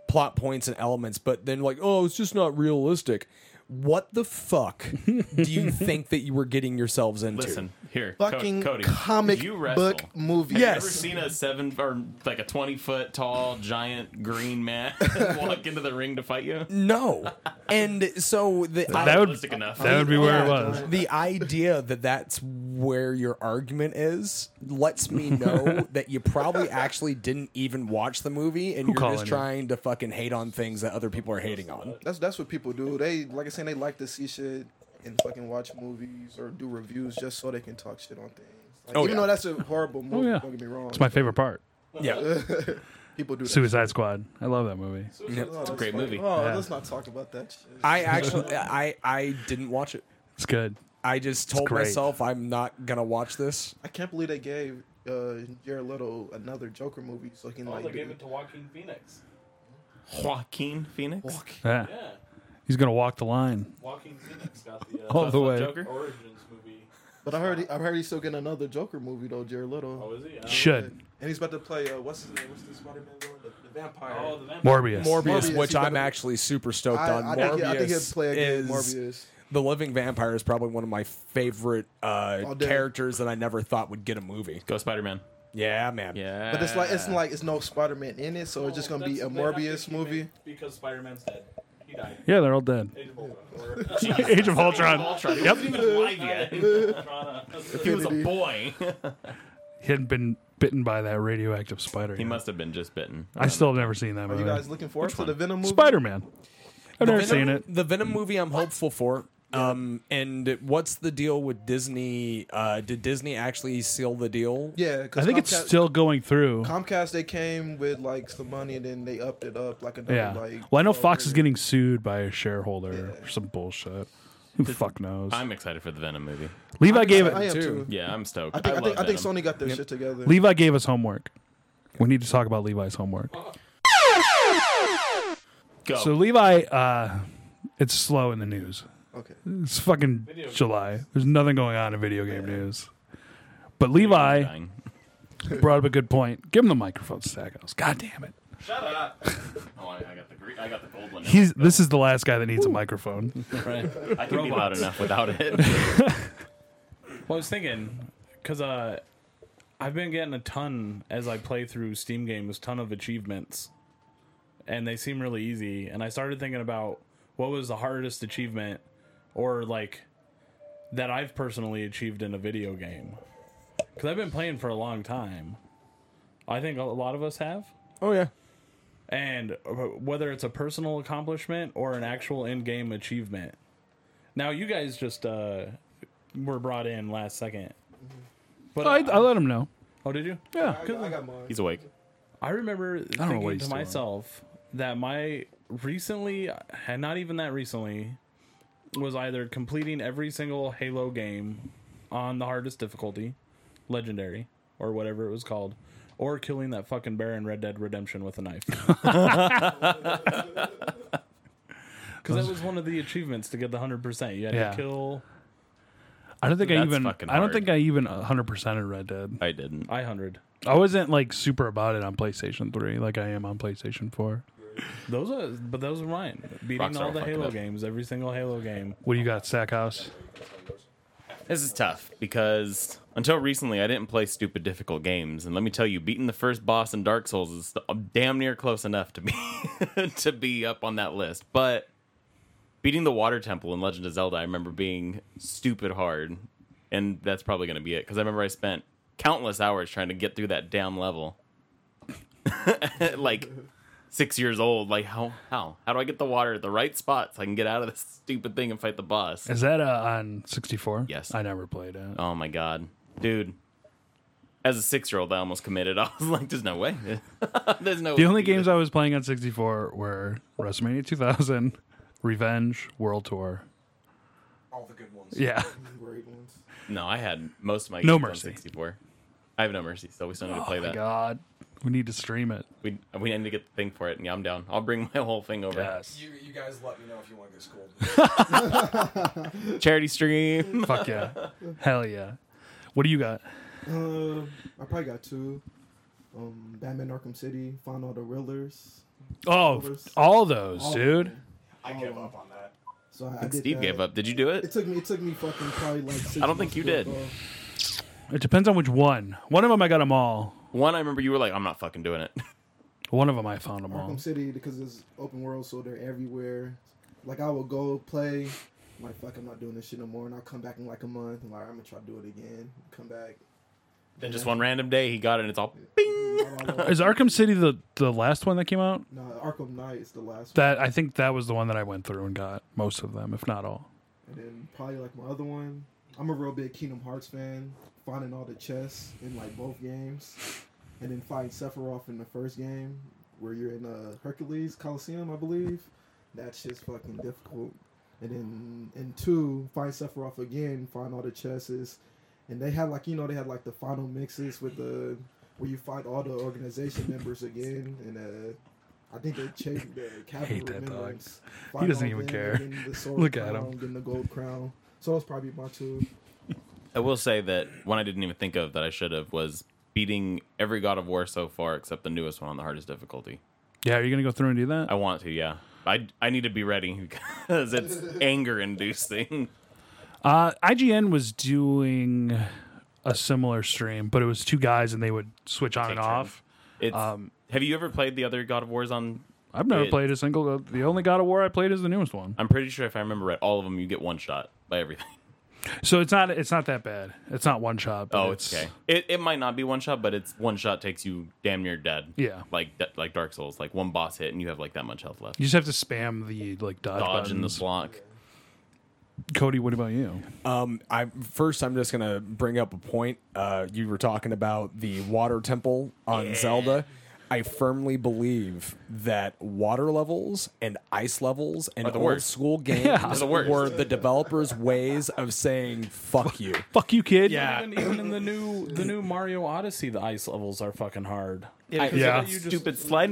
Speaker 4: plot points and elements, but then like, oh, it's just not realistic. What the fuck do you think that you were getting yourselves into?
Speaker 3: Listen, here, Co-
Speaker 7: Fucking
Speaker 3: Cody,
Speaker 7: comic
Speaker 3: you wrestle.
Speaker 7: book movie.
Speaker 3: Have you ever
Speaker 4: Yes.
Speaker 3: seen a seven or like a twenty foot tall giant green man walk into the ring to fight you?
Speaker 4: No. And so the
Speaker 1: That would
Speaker 3: Realistic enough.
Speaker 1: that would be where it
Speaker 7: Yeah,
Speaker 1: was.
Speaker 4: the idea that that's where your argument is lets me know that you probably actually didn't even watch the movie and you're
Speaker 1: calling
Speaker 4: just
Speaker 1: you?
Speaker 4: trying to fucking hate on things that other people are hating on.
Speaker 7: That's that's what people do. They like I said, they like to see shit and fucking watch movies or do reviews just so they can talk shit on things. Like,
Speaker 4: Oh,
Speaker 7: even
Speaker 4: yeah.
Speaker 7: though that's a horrible
Speaker 1: Oh
Speaker 7: movie,
Speaker 1: yeah,
Speaker 7: don't get me wrong.
Speaker 1: it's my favorite part.
Speaker 4: Yeah.
Speaker 7: people do that.
Speaker 1: Suicide Squad. I love that movie.
Speaker 7: Oh, it's a
Speaker 3: great movie.
Speaker 7: Oh,
Speaker 1: Yeah.
Speaker 7: let's not talk about that shit.
Speaker 4: I actually I I didn't watch it.
Speaker 1: It's good.
Speaker 4: I just told
Speaker 1: great.
Speaker 4: myself I'm not going to watch this.
Speaker 7: I can't believe they gave uh, Jared Leto another Joker movie so he can
Speaker 8: Oh,
Speaker 7: like.
Speaker 8: they gave
Speaker 7: do-
Speaker 8: it to Joaquin Phoenix.
Speaker 3: Joaquin Phoenix.
Speaker 1: Yeah.
Speaker 8: Yeah,
Speaker 1: He's gonna walk the line
Speaker 8: Joaquin Phoenix got the uh,
Speaker 1: all the way.
Speaker 3: Joker.
Speaker 8: Origins movie.
Speaker 7: but I heard he, I heard he's still getting another Joker movie though. Jared
Speaker 8: Oh,
Speaker 7: Leto.
Speaker 8: is he? I don't
Speaker 1: Should
Speaker 7: And he's about to play uh, what's his name? What's the Spider-Man villain? The, the vampire.
Speaker 8: know. Oh, the vampire.
Speaker 1: Morbius.
Speaker 4: Morbius,
Speaker 7: Morbius,
Speaker 4: which
Speaker 7: he's
Speaker 4: I'm
Speaker 7: gonna-
Speaker 4: actually super stoked
Speaker 7: I,
Speaker 4: on.
Speaker 7: I,
Speaker 4: Morbius
Speaker 7: think, he- I think he'll play again.
Speaker 4: is
Speaker 7: Morbius.
Speaker 4: the Living Vampire is probably one of my favorite uh,
Speaker 7: All day.
Speaker 4: characters that I never thought would get a movie.
Speaker 3: Go Spider Man.
Speaker 4: Yeah, man.
Speaker 3: Yeah,
Speaker 7: But it's like it's like it's no Spider-Man in it, so
Speaker 8: Oh,
Speaker 7: it's just gonna be
Speaker 8: that's-
Speaker 7: a
Speaker 8: they have to
Speaker 7: Morbius
Speaker 8: keep it
Speaker 7: movie.
Speaker 8: because Spider-Man's dead. He died.
Speaker 1: yeah, they're all dead.
Speaker 8: Age of Ultron.
Speaker 1: Age of Ultron.
Speaker 3: Ultron. He
Speaker 1: Yep.
Speaker 3: wasn't even alive yet. He
Speaker 8: Ultron.
Speaker 3: was a boy.
Speaker 1: He hadn't been bitten by that radioactive spider.
Speaker 3: he
Speaker 1: yet.
Speaker 3: must have been just bitten.
Speaker 1: I still have never seen that
Speaker 7: Are
Speaker 1: movie.
Speaker 7: you guys looking forward to the Venom movie?
Speaker 1: Spider Man. I've never seen
Speaker 4: Venom-
Speaker 1: it.
Speaker 4: The Venom movie I'm hopeful for. Um, and what's the deal with Disney? Uh, did Disney actually seal the deal?
Speaker 7: Yeah,
Speaker 1: I
Speaker 7: because
Speaker 1: think it's still going through.
Speaker 7: Comcast. They came with like some money, and then they upped it up like another
Speaker 1: Yeah.
Speaker 7: like. oh,
Speaker 1: Well, I know Fox is getting sued by a shareholder or some bullshit. Who the fuck knows?
Speaker 3: I'm excited for the Venom movie.
Speaker 1: Levi gave
Speaker 7: I am
Speaker 1: it.
Speaker 7: too.
Speaker 4: too.
Speaker 3: Yeah, I'm stoked.
Speaker 7: I think I,
Speaker 3: love
Speaker 7: think, I think
Speaker 3: Venom.
Speaker 7: Sony got their shit together.
Speaker 1: Levi gave us homework. We need to talk about Levi's homework.
Speaker 3: Go.
Speaker 1: So Levi, uh, it's slow in the news.
Speaker 7: Okay.
Speaker 1: It's fucking
Speaker 8: Video games.
Speaker 1: July. There's nothing going on in video game news. But Levi
Speaker 3: Dying.
Speaker 1: brought up a good point. Give him the microphone, Stackhouse. God damn it.
Speaker 3: Shut up. Oh, I, I got the gre- I got the gold one. now.
Speaker 1: He's this is the last guy that needs a microphone.
Speaker 3: I can be loud enough without it.
Speaker 2: Well, I was thinking because uh, I've been getting a ton as I play through Steam games, ton of achievements, and they seem really easy. And I started thinking about what was the hardest achievement, or like that I've personally achieved in a video game, because I've been playing for a long time. I think a lot of us have.
Speaker 4: Oh yeah.
Speaker 2: and uh, whether it's a personal accomplishment or an actual in-game achievement. Now, you guys just uh, were brought in last second. But
Speaker 1: I,
Speaker 2: uh,
Speaker 1: I let him know.
Speaker 2: oh, did you?
Speaker 1: Yeah.
Speaker 7: I got, I got mine.
Speaker 3: He's awake.
Speaker 2: I remember
Speaker 1: know
Speaker 2: thinking
Speaker 1: what
Speaker 2: to
Speaker 1: he's doing.
Speaker 2: myself that my recently, and not even that recently, was either completing every single Halo game on the hardest difficulty, legendary, or whatever it was called, or killing that fucking bear in Red Dead Redemption with a knife. Because that was one of the achievements to get the hundred percent. You had
Speaker 1: Yeah.
Speaker 2: to kill.
Speaker 1: I don't think I
Speaker 3: That's
Speaker 1: even. I
Speaker 3: fucking
Speaker 1: don't
Speaker 3: hard.
Speaker 1: think I even 100 percented Red Dead.
Speaker 3: I didn't.
Speaker 2: I hundred.
Speaker 1: I wasn't like super about it on PlayStation 3, like I am on PlayStation 4.
Speaker 2: Those are, but those were mine. Beating
Speaker 3: Rockstar
Speaker 2: all the
Speaker 3: fucked
Speaker 2: Halo
Speaker 3: up.
Speaker 2: games, every single Halo game.
Speaker 1: What do you got, Stackhouse?
Speaker 3: This is tough because until recently I didn't play stupid difficult games, and let me tell you, beating the first boss in Dark Souls is uh, damn near close enough to be to be up on that list. But beating the Water Temple in Legend of Zelda, I remember being stupid hard, and that's probably going to be it because I remember I spent countless hours trying to get through that damn level. like six years old, like how how how do I get the water at the right spot so I can get out of this stupid thing and fight the boss?
Speaker 1: Is that uh, on 64?
Speaker 3: Yes.
Speaker 1: I never played it.
Speaker 3: Oh my god, dude! As a six-year-old, I almost committed. I was like, "There's no way. There's no."
Speaker 1: The only games I was playing on 64 were WrestleMania 2000, Revenge, World Tour.
Speaker 7: All the good ones.
Speaker 1: Yeah.
Speaker 7: Great ones.
Speaker 3: no, I had most of my
Speaker 1: No
Speaker 3: games on
Speaker 1: Mercy.
Speaker 3: 64. I have no mercy, so we still need to play
Speaker 1: Oh My
Speaker 3: that.
Speaker 1: God, we need to stream it.
Speaker 3: We we need to get the thing for it, and yeah, I'm down. I'll bring my whole thing over.
Speaker 4: You, you guys let me know if you want to get schooled.
Speaker 3: Charity stream.
Speaker 1: Fuck yeah. Hell yeah. What do you got?
Speaker 7: Uh, I probably got two. Um, Batman Arkham City, Find All the Riddlers.
Speaker 1: Oh, all those,
Speaker 7: All of
Speaker 1: dude.
Speaker 7: them.
Speaker 4: I give up on that.
Speaker 7: So I, I did
Speaker 3: Steve
Speaker 7: that.
Speaker 3: gave up. Did you do
Speaker 7: It
Speaker 3: it?
Speaker 7: took me. It took me fucking probably like. Six
Speaker 3: I don't think
Speaker 7: months
Speaker 3: you
Speaker 7: to do it,
Speaker 3: did.
Speaker 7: though.
Speaker 1: It depends on which one. One of them I got them all.
Speaker 3: One, I remember you were like, "I'm not fucking doing it."
Speaker 1: One of them I found them all.
Speaker 7: uh, Arkham City because it's open world, so they're everywhere. Like I will go play. I'm like fuck, I'm not doing this shit no more, and I'll come back in like a month. I'm like, I'm gonna try to do it again. Come back.
Speaker 3: then just one random day, he got it, and it's all.
Speaker 1: Is Arkham City the the last one that came out?
Speaker 7: no, Arkham Knight is the last
Speaker 1: That I think that was the one that I went through and got most of them, if not all.
Speaker 7: one, and then probably like my other one. I'm a real big Kingdom Hearts fan, finding all the chests in like both games, and then fighting Sephiroth in the first game where you're in uh, Hercules Coliseum, I believe. That's just fucking difficult. And then in two, find Sephiroth again, find all the chesses. And they had like you know, they had like the final mixes with the where you fight all the organization members again and uh I think they changed the
Speaker 1: Hate
Speaker 7: Cabinet
Speaker 1: that dog.
Speaker 7: Remembrance.
Speaker 1: He doesn't
Speaker 7: Fight
Speaker 1: even
Speaker 7: all them,
Speaker 1: care.
Speaker 7: and then the sword
Speaker 1: Look at
Speaker 7: crown,
Speaker 1: him.
Speaker 7: Getting the gold crown. So it's probably my two.
Speaker 3: I will say that one I didn't even think of that I should have was beating every God of War so far except the newest one on the hardest difficulty.
Speaker 1: Yeah, are you gonna go through and do that?
Speaker 3: I want to, yeah. I, I need to be ready because it's anger inducing.
Speaker 1: Uh, IGN was doing a similar stream, but it was two guys and they would switch on and
Speaker 3: turns.
Speaker 1: off.
Speaker 3: It's, have you ever played the other God of Wars on?
Speaker 1: I've never
Speaker 3: It-
Speaker 1: played a single. uh, The only God of War I played is the newest one,
Speaker 3: I'm pretty sure if I remember right, all of them you get one shot by everything.
Speaker 1: so it's not it's not that bad. It's not one shot. But
Speaker 3: Oh, it's okay. It, it might not be one shot, but it's one shot takes you damn near dead.
Speaker 1: Yeah.
Speaker 3: like that, like Dark Souls, like one boss hit and you have like that much health left.
Speaker 1: You just have to spam the like dodge,
Speaker 3: Dodge in the
Speaker 1: buttons.
Speaker 3: block.
Speaker 1: Cody, what about you?
Speaker 4: Um, I first I'm just gonna bring up a point. Uh, you were talking about the water temple on Zelda. I firmly believe that water levels and ice levels and
Speaker 3: the
Speaker 4: old
Speaker 3: worst.
Speaker 4: school games
Speaker 3: the worst.
Speaker 4: were the developers' ways of saying "fuck you."
Speaker 1: Fuck you, kid.
Speaker 2: Even, even in the new the new Mario Odyssey, the ice levels are fucking hard.
Speaker 3: Yeah,
Speaker 1: Yeah.
Speaker 3: stupid slide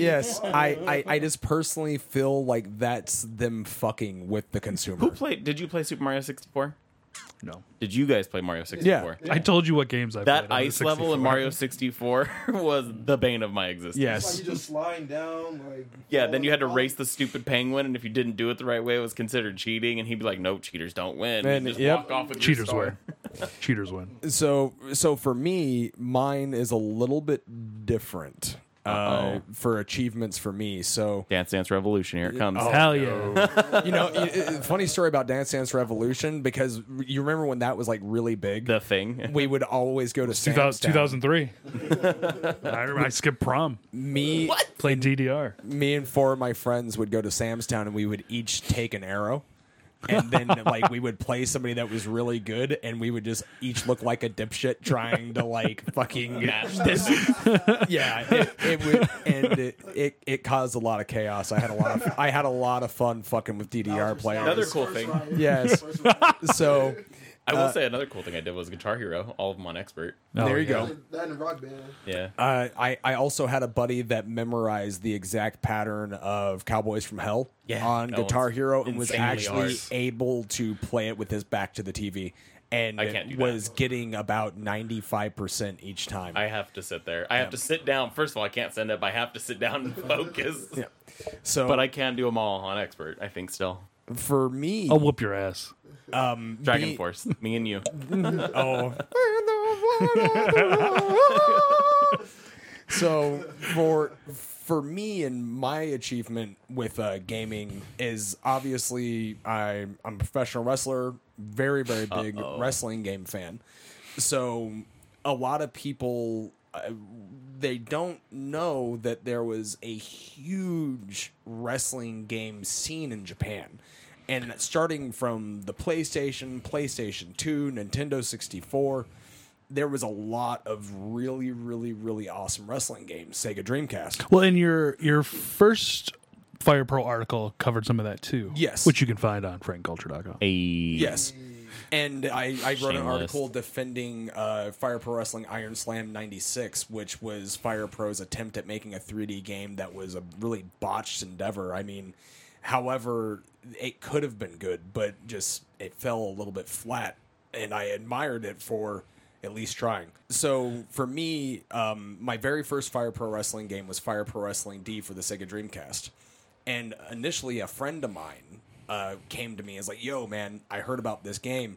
Speaker 4: Yes, I, I I just personally feel like that's them fucking with the
Speaker 3: Who
Speaker 4: consumer.
Speaker 3: played? Did you play Super Mario 64?
Speaker 1: No,
Speaker 3: Did you guys play Mario 64?
Speaker 1: I told you what games I
Speaker 3: That
Speaker 1: played. on the
Speaker 3: ice level
Speaker 1: 64.
Speaker 3: in Mario 64 was the bane of my existence.
Speaker 4: Yes,
Speaker 7: just sliding down like.
Speaker 3: Yeah, then you had to
Speaker 7: Oh.
Speaker 3: race the stupid penguin, and if you didn't do it the right way, it was considered cheating. And he'd be like, "No, cheaters don't win."
Speaker 4: And,
Speaker 3: And just
Speaker 4: yep.
Speaker 3: walk off with your
Speaker 1: cheaters
Speaker 3: star.
Speaker 1: win. cheaters win.
Speaker 4: so so for me mine is a little bit different uh, for achievements for me so
Speaker 3: Dance Dance Revolution, here it comes.
Speaker 4: Oh.
Speaker 1: Hell yeah!
Speaker 4: you know y- y- funny story about dance dance revolution because you remember when that was like really big
Speaker 3: The thing.
Speaker 4: we would always go to Sam's
Speaker 1: Two
Speaker 4: Town.
Speaker 1: thousand three. I remember I skipped prom.
Speaker 4: me
Speaker 1: Played DDR.
Speaker 4: me and four of my friends would go to Sam's Town and we would each take an arrow and then like we would play somebody that was really good, and we would just each look like a dipshit trying to like fucking match this. Yeah, it, it would, and it, it it caused a lot of chaos. I had a lot of I had a lot of fun fucking with DDR players.
Speaker 3: Another cool thing.
Speaker 4: Yes. so
Speaker 3: I
Speaker 4: uh,
Speaker 3: will say another cool thing I did was Guitar Hero, all of them on expert.
Speaker 1: Oh,
Speaker 4: there you go.
Speaker 7: That and Rock Band.
Speaker 3: Yeah.
Speaker 4: Uh, I I also had a buddy that memorized the exact pattern of Cowboys from Hell
Speaker 3: Yeah.
Speaker 4: on
Speaker 3: That
Speaker 4: Guitar
Speaker 3: one's
Speaker 4: Hero and was
Speaker 3: insanely
Speaker 4: actually
Speaker 3: hard.
Speaker 4: able to play it with his back to the TV and
Speaker 3: I can't do that.
Speaker 4: was getting about ninety five percent each time.
Speaker 3: I have to sit there. I have to sit down. First of all, I can't stand up. I have to sit down and focus.
Speaker 4: so,
Speaker 3: But I can do them all on expert, I think still.
Speaker 4: for me,
Speaker 3: Oh,
Speaker 1: I'll whoop your ass.
Speaker 3: Dragon
Speaker 4: Be-
Speaker 3: Force, me and you.
Speaker 4: oh. so for for me and my achievement with uh, gaming is obviously I I'm a professional wrestler, very very big wrestling game fan. So a lot of people uh, they don't know that there was a huge wrestling game scene in Japan. And starting from the PlayStation, PlayStation 2, Nintendo 64, there was a lot of really, really, really awesome wrestling games. Sega Dreamcast.
Speaker 1: Well, and your your first Fire Pro article covered some of that too.
Speaker 4: Yes.
Speaker 1: which you can find on frankculture.com.
Speaker 4: Yes. And I, I wrote an
Speaker 3: Shameless.
Speaker 4: article defending uh, Fire Pro Wrestling Iron Slam 96, which was Fire Pro's attempt at making a 3D game that was a really botched endeavor. I mean, however, it could have been good, but just it fell a little bit flat. And I admired it for at least trying. So for me, um, my very first Fire Pro Wrestling game was Fire Pro Wrestling D for the Sega Dreamcast. And initially, a friend of mine uh, came to me and was like, yo, man, I heard about this game.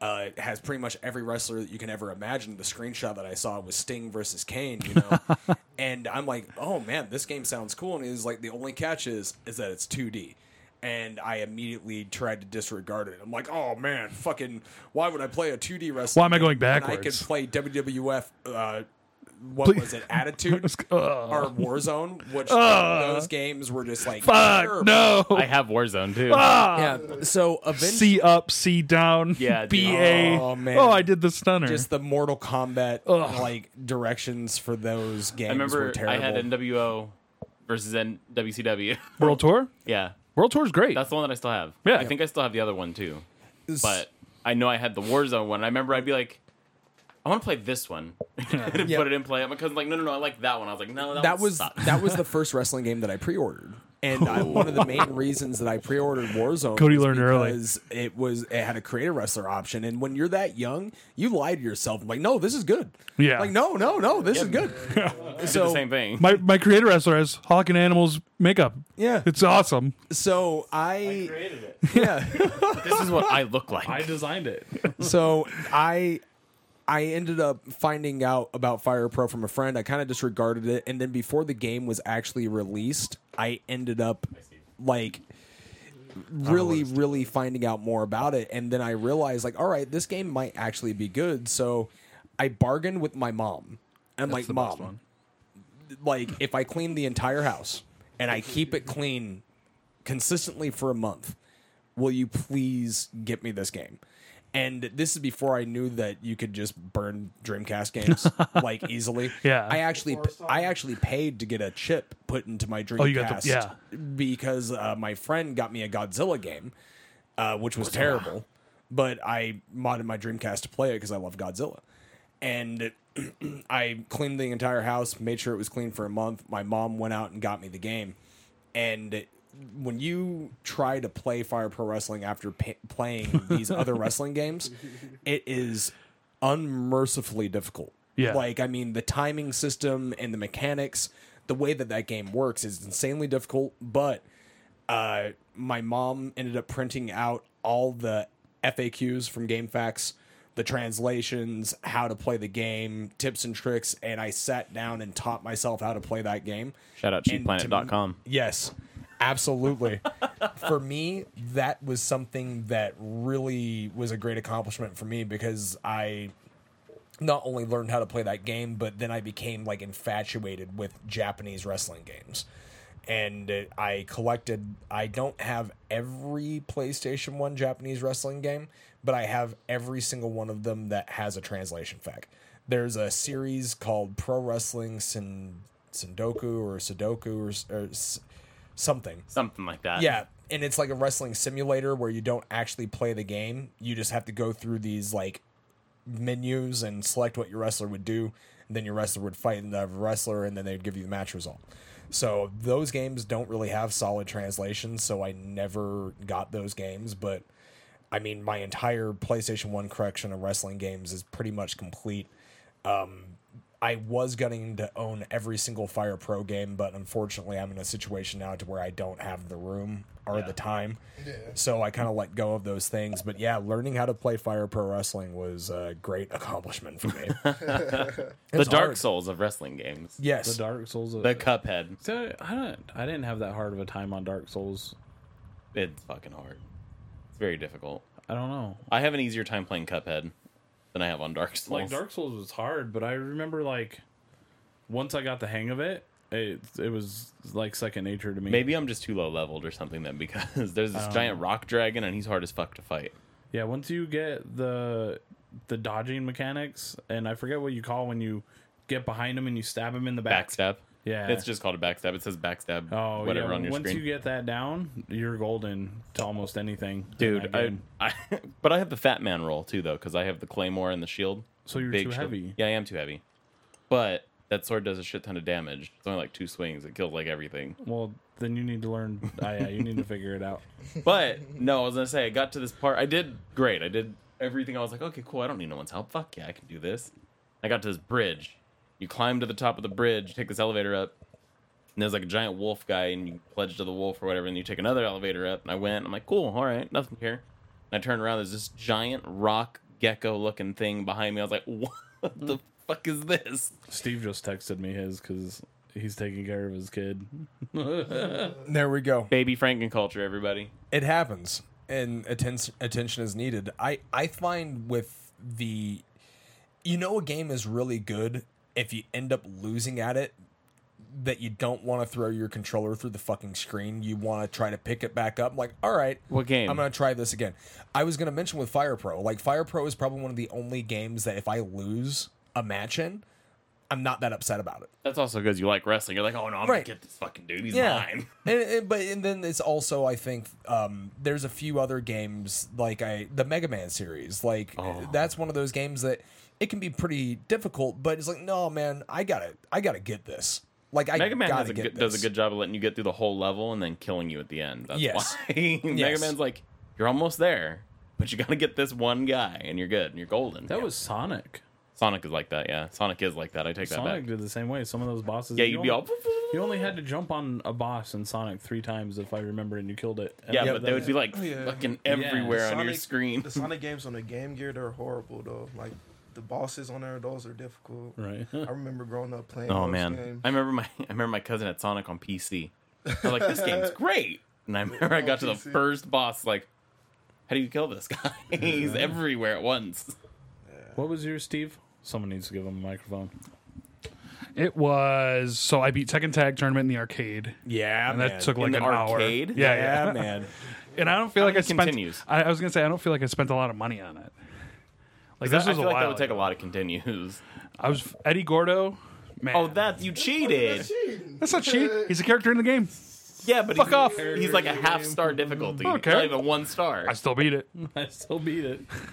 Speaker 4: Uh, it has pretty much every wrestler that you can ever imagine. The screenshot that I saw was Sting versus Kane, you know? and I'm like, oh, man, this game sounds cool. And he's like, the only catch is, is that it's 2D. And I immediately tried to disregard it. I'm like, oh, man, fucking, why would I play a 2D wrestling
Speaker 1: Why am I
Speaker 4: game
Speaker 1: going
Speaker 4: when I could
Speaker 1: backwards?
Speaker 4: play WWF. Uh, what
Speaker 1: Please.
Speaker 4: was it? Attitude
Speaker 1: Uh.
Speaker 4: or Warzone, which those games were just like
Speaker 1: Fuck
Speaker 4: terrible.
Speaker 1: no. Ah.
Speaker 3: I have Warzone too.
Speaker 4: Yeah. So eventually,
Speaker 1: C up, C down.
Speaker 3: Yeah, dude.
Speaker 1: B A.
Speaker 4: Oh,
Speaker 1: Oh
Speaker 4: man.
Speaker 1: Oh, I did the stunner.
Speaker 4: just the Mortal Kombat like directions for those games
Speaker 3: I
Speaker 4: were
Speaker 3: remember I
Speaker 4: terrible.
Speaker 3: had NWO versus WCW.
Speaker 1: World Tour.
Speaker 3: yeah.
Speaker 1: World Tour's great.
Speaker 3: That's the one that I still have.
Speaker 1: Yeah.
Speaker 3: I think I still have the other one too. But I know I had the Warzone one. I remember I'd be like, I want to play this one. and
Speaker 4: Yeah.
Speaker 3: put it in play. My cousin's like, no, no, no, I like that one. I was like, no, that,
Speaker 4: that
Speaker 3: one
Speaker 4: was
Speaker 3: sucked."
Speaker 4: that was the first wrestling game that I pre-ordered. And I, one of the main reasons that I pre-ordered Warzone,
Speaker 1: Cody
Speaker 4: was
Speaker 1: learned early.
Speaker 4: because it was it had a creative wrestler option, and when you're that young, you lie to yourself like, "No, this is good."
Speaker 1: Yeah.
Speaker 4: like no, no, no, this is good.
Speaker 3: Did the same thing.
Speaker 1: my my creator wrestler has Hawk and Animals makeup.
Speaker 4: Yeah.
Speaker 1: it's awesome.
Speaker 4: So I
Speaker 8: Created it.
Speaker 4: yeah.
Speaker 3: this is what I look like.
Speaker 2: I designed it.
Speaker 4: so I I ended up finding out about Fire Pro from a friend. I kind of disregarded it, and then before the game was actually released, I ended up like really really finding out more about it and then i realized like all right this game might actually be good so i bargained with my mom and i'm like mom like if i clean the entire house and i keep it clean consistently for a month will you please get me this game? And this is before I knew that you could just burn Dreamcast games like easily.
Speaker 1: Yeah.
Speaker 4: I actually I actually paid to get a chip put into my Dreamcast.
Speaker 1: Oh, you got the- yeah.
Speaker 4: because uh, my friend got me a Godzilla game, uh, which was terrible, but I modded my Dreamcast to play it because I love Godzilla. And I cleaned the entire house, made sure it was clean for a month. My mom went out and got me the game. And when you try to play Fire Pro Wrestling after p- playing these other wrestling games, it is unmercifully difficult.
Speaker 1: Yeah.
Speaker 4: Like, I mean, the timing system and the mechanics, the way that that game works is insanely difficult, but uh, my mom ended up printing out all the FAQs from GameFAQs, the translations, how to play the game, tips and tricks, and I sat down and taught myself how to play that game.
Speaker 3: Shout out
Speaker 4: And to
Speaker 3: cheapplanet.com.
Speaker 4: Yes, absolutely. for me, that was something that really was a great accomplishment for me because I not only learned how to play that game, but then I became like infatuated with Japanese wrestling games. and uh, I collected. I don't have every PlayStation One Japanese wrestling game, but I have every single one of them that has a translation fact. There's a series called Pro Wrestling Sin Sendoku or Sudoku or, s- or s- something.
Speaker 3: Something like that.
Speaker 4: Yeah, and it's like a wrestling simulator where you don't actually play the game. You just have to go through these like menus and select what your wrestler would do. And then your wrestler would fight another wrestler, and then they'd give you the match result. So those games don't really have solid translations, so I never got those games. But I mean, my entire PlayStation One collection of wrestling games is pretty much complete. Um, I was getting to own every single Fire Pro game, but unfortunately, I'm in a situation now to where I don't have the room or the time. So I kind of let go of those things. But yeah, learning how to play Fire Pro Wrestling was a great accomplishment for me.
Speaker 3: The Dark
Speaker 4: hard.
Speaker 3: Souls of wrestling games.
Speaker 4: yes.
Speaker 2: The Dark Souls. Of,
Speaker 3: The Cuphead.
Speaker 2: So, I don't. I didn't have that hard of a time on Dark Souls.
Speaker 3: It's fucking hard. It's very difficult.
Speaker 2: I don't know.
Speaker 3: I have an easier time playing Cuphead than I have on Dark Souls.
Speaker 2: Like Dark Souls was hard, but I remember like once I got the hang of it, it it was like second nature to me.
Speaker 3: Maybe I'm just too low leveled or something then because there's
Speaker 2: Oh.
Speaker 3: this giant rock dragon and he's hard as fuck to fight.
Speaker 2: Yeah, once you get the the dodging mechanics, and I forget what you call when you get behind him and you stab him in the back.
Speaker 3: Backstab.
Speaker 2: Yeah.
Speaker 3: It's just called a backstab. It says backstab.
Speaker 2: Oh,
Speaker 3: whatever
Speaker 2: yeah.
Speaker 3: on your
Speaker 2: once
Speaker 3: screen.
Speaker 2: you get that down, you're golden to almost anything. in
Speaker 3: Dude,
Speaker 2: that
Speaker 3: I,
Speaker 2: game.
Speaker 3: I but I have the fat man roll too though because I have the claymore and the shield.
Speaker 2: so you're
Speaker 3: Big
Speaker 2: too
Speaker 3: shield.
Speaker 2: heavy.
Speaker 3: Yeah, I am too heavy. But that sword does a shit ton of damage. It's only like two swings. It kills like everything.
Speaker 2: Well, then you need to learn. ah, yeah, you need to figure it out.
Speaker 3: But no, I was gonna say I got to this part. I did great. I did everything. I was like, okay, cool. I don't need no one's help. Fuck yeah, I can do this. I got to this bridge. You climb to the top of the bridge, take this elevator up, and there's like a giant wolf guy, and you pledge to the wolf or whatever, and you take another elevator up. And I went. I'm like, cool. All right, nothing here. And I turned around. There's this giant rock gecko looking thing behind me. I was like, what the fuck is this?
Speaker 2: Steve just texted me his because he's taking care of his kid.
Speaker 4: There we go.
Speaker 3: Baby Franken culture, everybody.
Speaker 4: it happens and attention attention is needed i i find with the you know a game is really good if you end up losing at it that you don't want to throw your controller through the fucking screen you want to try to pick it back up like all right
Speaker 3: What game?
Speaker 4: i'm gonna try this again i was gonna mention with fire pro like fire pro is probably one of the only games that if i lose a match in i'm not that upset about it
Speaker 3: That's also because you like wrestling. You're like, oh no, I'm
Speaker 4: Right.
Speaker 3: gonna get this fucking dude. He's mine.
Speaker 4: and, and- but and then it's also I think um, there's a few other games like I the Mega Man series like
Speaker 3: Oh.
Speaker 4: that's one of those games that it can be pretty difficult, but it's like no man, I gotta I gotta get this. Like I
Speaker 3: Mega Man
Speaker 4: gotta
Speaker 3: has a
Speaker 4: get
Speaker 3: good,
Speaker 4: this.
Speaker 3: does a good job of letting you get through the whole level and then killing you at the end. That's
Speaker 4: Yes.
Speaker 3: why Mega
Speaker 4: Yes.
Speaker 3: Man's like, you're almost there, but you gotta get this one guy, and you're good, and you're golden.
Speaker 2: That
Speaker 3: Yeah.
Speaker 2: was Sonic.
Speaker 3: Sonic is like that, yeah. Sonic is like that. I take that
Speaker 2: Sonic
Speaker 3: back.
Speaker 2: did the same way. Some of those bosses.
Speaker 3: Yeah,
Speaker 2: you
Speaker 3: you'd be all.
Speaker 2: only- You only had to jump on a boss in Sonic three times, if I remember, and you killed it. And
Speaker 3: Yeah,
Speaker 4: Yeah,
Speaker 3: but they would be like
Speaker 7: yeah.
Speaker 3: fucking everywhere on your
Speaker 7: Sonic-
Speaker 3: screen.
Speaker 7: The Sonic games on the Game Gear, they're horrible though. Like the bosses on there, those are difficult.
Speaker 2: Right.
Speaker 7: I remember growing up playing.
Speaker 3: Oh
Speaker 7: those
Speaker 3: man,
Speaker 7: games.
Speaker 3: I remember my I remember my cousin had Sonic on PC. I was like, this game's great. And I remember I got to the
Speaker 7: PC.
Speaker 3: first boss, like, how do you kill this guy? He's everywhere at once.
Speaker 2: What was yours, Steve? Someone needs to give him a microphone.
Speaker 1: It was so I beat second tag tournament in the arcade.
Speaker 4: yeah
Speaker 1: And
Speaker 4: man.
Speaker 1: that took like
Speaker 3: the
Speaker 1: an
Speaker 3: arcade?
Speaker 1: hour. Yeah, yeah,
Speaker 4: yeah man.
Speaker 1: And I don't feel like I
Speaker 3: many
Speaker 1: spent.
Speaker 3: continues?
Speaker 1: I, I was gonna say I don't feel like I spent a lot of money on it. Like
Speaker 3: That,
Speaker 1: this
Speaker 3: I
Speaker 1: was a
Speaker 3: feel like
Speaker 1: while.
Speaker 3: that would take a
Speaker 1: ago.
Speaker 3: lot of continues.
Speaker 1: I was Eddie Gordo. Man,
Speaker 3: Oh, that you cheated.
Speaker 1: that's not cheat. He's a character in the game.
Speaker 3: Yeah, but
Speaker 1: Fuck
Speaker 3: he's,
Speaker 1: off.
Speaker 3: he's like a half star difficulty.
Speaker 1: Okay.
Speaker 3: Not even one star.
Speaker 1: I still beat it.
Speaker 2: I still beat it.
Speaker 3: Um,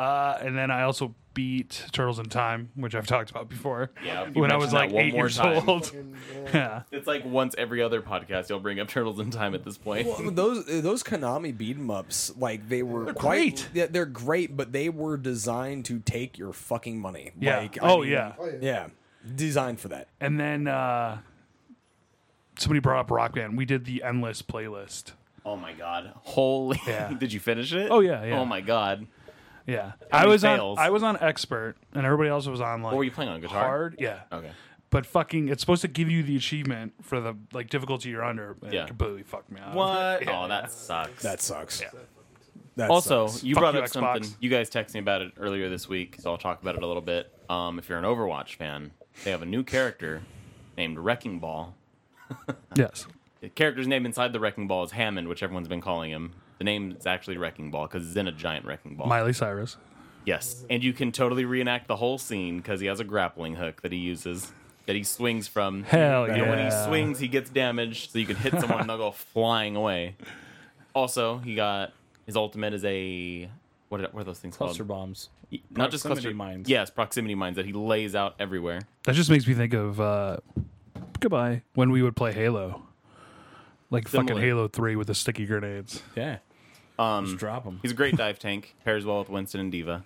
Speaker 1: Uh, and then I also beat Turtles in Time, which I've talked about before.
Speaker 3: Yeah, you
Speaker 1: when I
Speaker 3: mentioned
Speaker 1: was
Speaker 3: that
Speaker 1: like
Speaker 3: one
Speaker 1: eight
Speaker 3: more
Speaker 1: years
Speaker 3: time.
Speaker 1: old. Yeah.
Speaker 3: It's like once every other podcast you'll bring up Turtles in Time at this point.
Speaker 4: Well, those eh, those Konami beat 'em ups, like they were quite,
Speaker 1: great.
Speaker 4: Yeah, they're great, but they were designed to take your fucking money.
Speaker 1: Yeah.
Speaker 4: Like, I
Speaker 1: oh
Speaker 4: mean,
Speaker 1: yeah.
Speaker 4: yeah, designed for that.
Speaker 1: And then uh, somebody brought up Rock Band. We did the endless playlist.
Speaker 3: Oh my god. Holy
Speaker 1: Yeah.
Speaker 3: Did you finish it?
Speaker 1: Oh, yeah, yeah.
Speaker 3: Oh my god.
Speaker 1: Yeah,
Speaker 3: many
Speaker 1: I was
Speaker 3: fails?
Speaker 1: on. I was on expert, and everybody else was on like.
Speaker 3: Or were you playing on guitar? Oh.
Speaker 1: hard? Yeah.
Speaker 3: Okay.
Speaker 1: But fucking, it's supposed to give you the achievement for the like difficulty you're under. And
Speaker 3: Yeah.
Speaker 1: It completely fucked me up.
Speaker 3: What? oh, that sucks.
Speaker 4: That sucks. That
Speaker 3: also,
Speaker 4: sucks.
Speaker 3: you
Speaker 1: Fuck
Speaker 3: brought
Speaker 1: you,
Speaker 3: up
Speaker 1: Xbox.
Speaker 3: something. You guys texted me about it earlier this week, so I'll talk about it a little bit. Um, if you're an Overwatch fan, they have a new character named Wrecking Ball.
Speaker 1: Yes.
Speaker 3: The character's name inside the wrecking ball is Hammond, which everyone's been calling him. The name is actually wrecking ball because he's in a giant wrecking ball.
Speaker 1: Miley Cyrus.
Speaker 3: Yes, and you can totally reenact the whole scene because he has a grappling hook that he uses that he swings from.
Speaker 1: Hell
Speaker 3: And when he
Speaker 1: yeah.
Speaker 3: swings, he gets damaged, so you can hit someone and they'll go flying away. Also, he got his ultimate is a what are, what are those things
Speaker 2: cluster
Speaker 3: called?
Speaker 2: bombs.
Speaker 3: Not just
Speaker 2: Proximity
Speaker 3: cluster
Speaker 2: mines.
Speaker 3: Yes, proximity mines that he lays out everywhere.
Speaker 1: That just makes me think of uh, goodbye when we would play Halo, like fucking
Speaker 3: Similar.
Speaker 1: Halo Three with the sticky grenades.
Speaker 2: Yeah.
Speaker 3: Um,
Speaker 2: Just drop them.
Speaker 3: He's a great dive tank. Pairs well with Winston and Diva.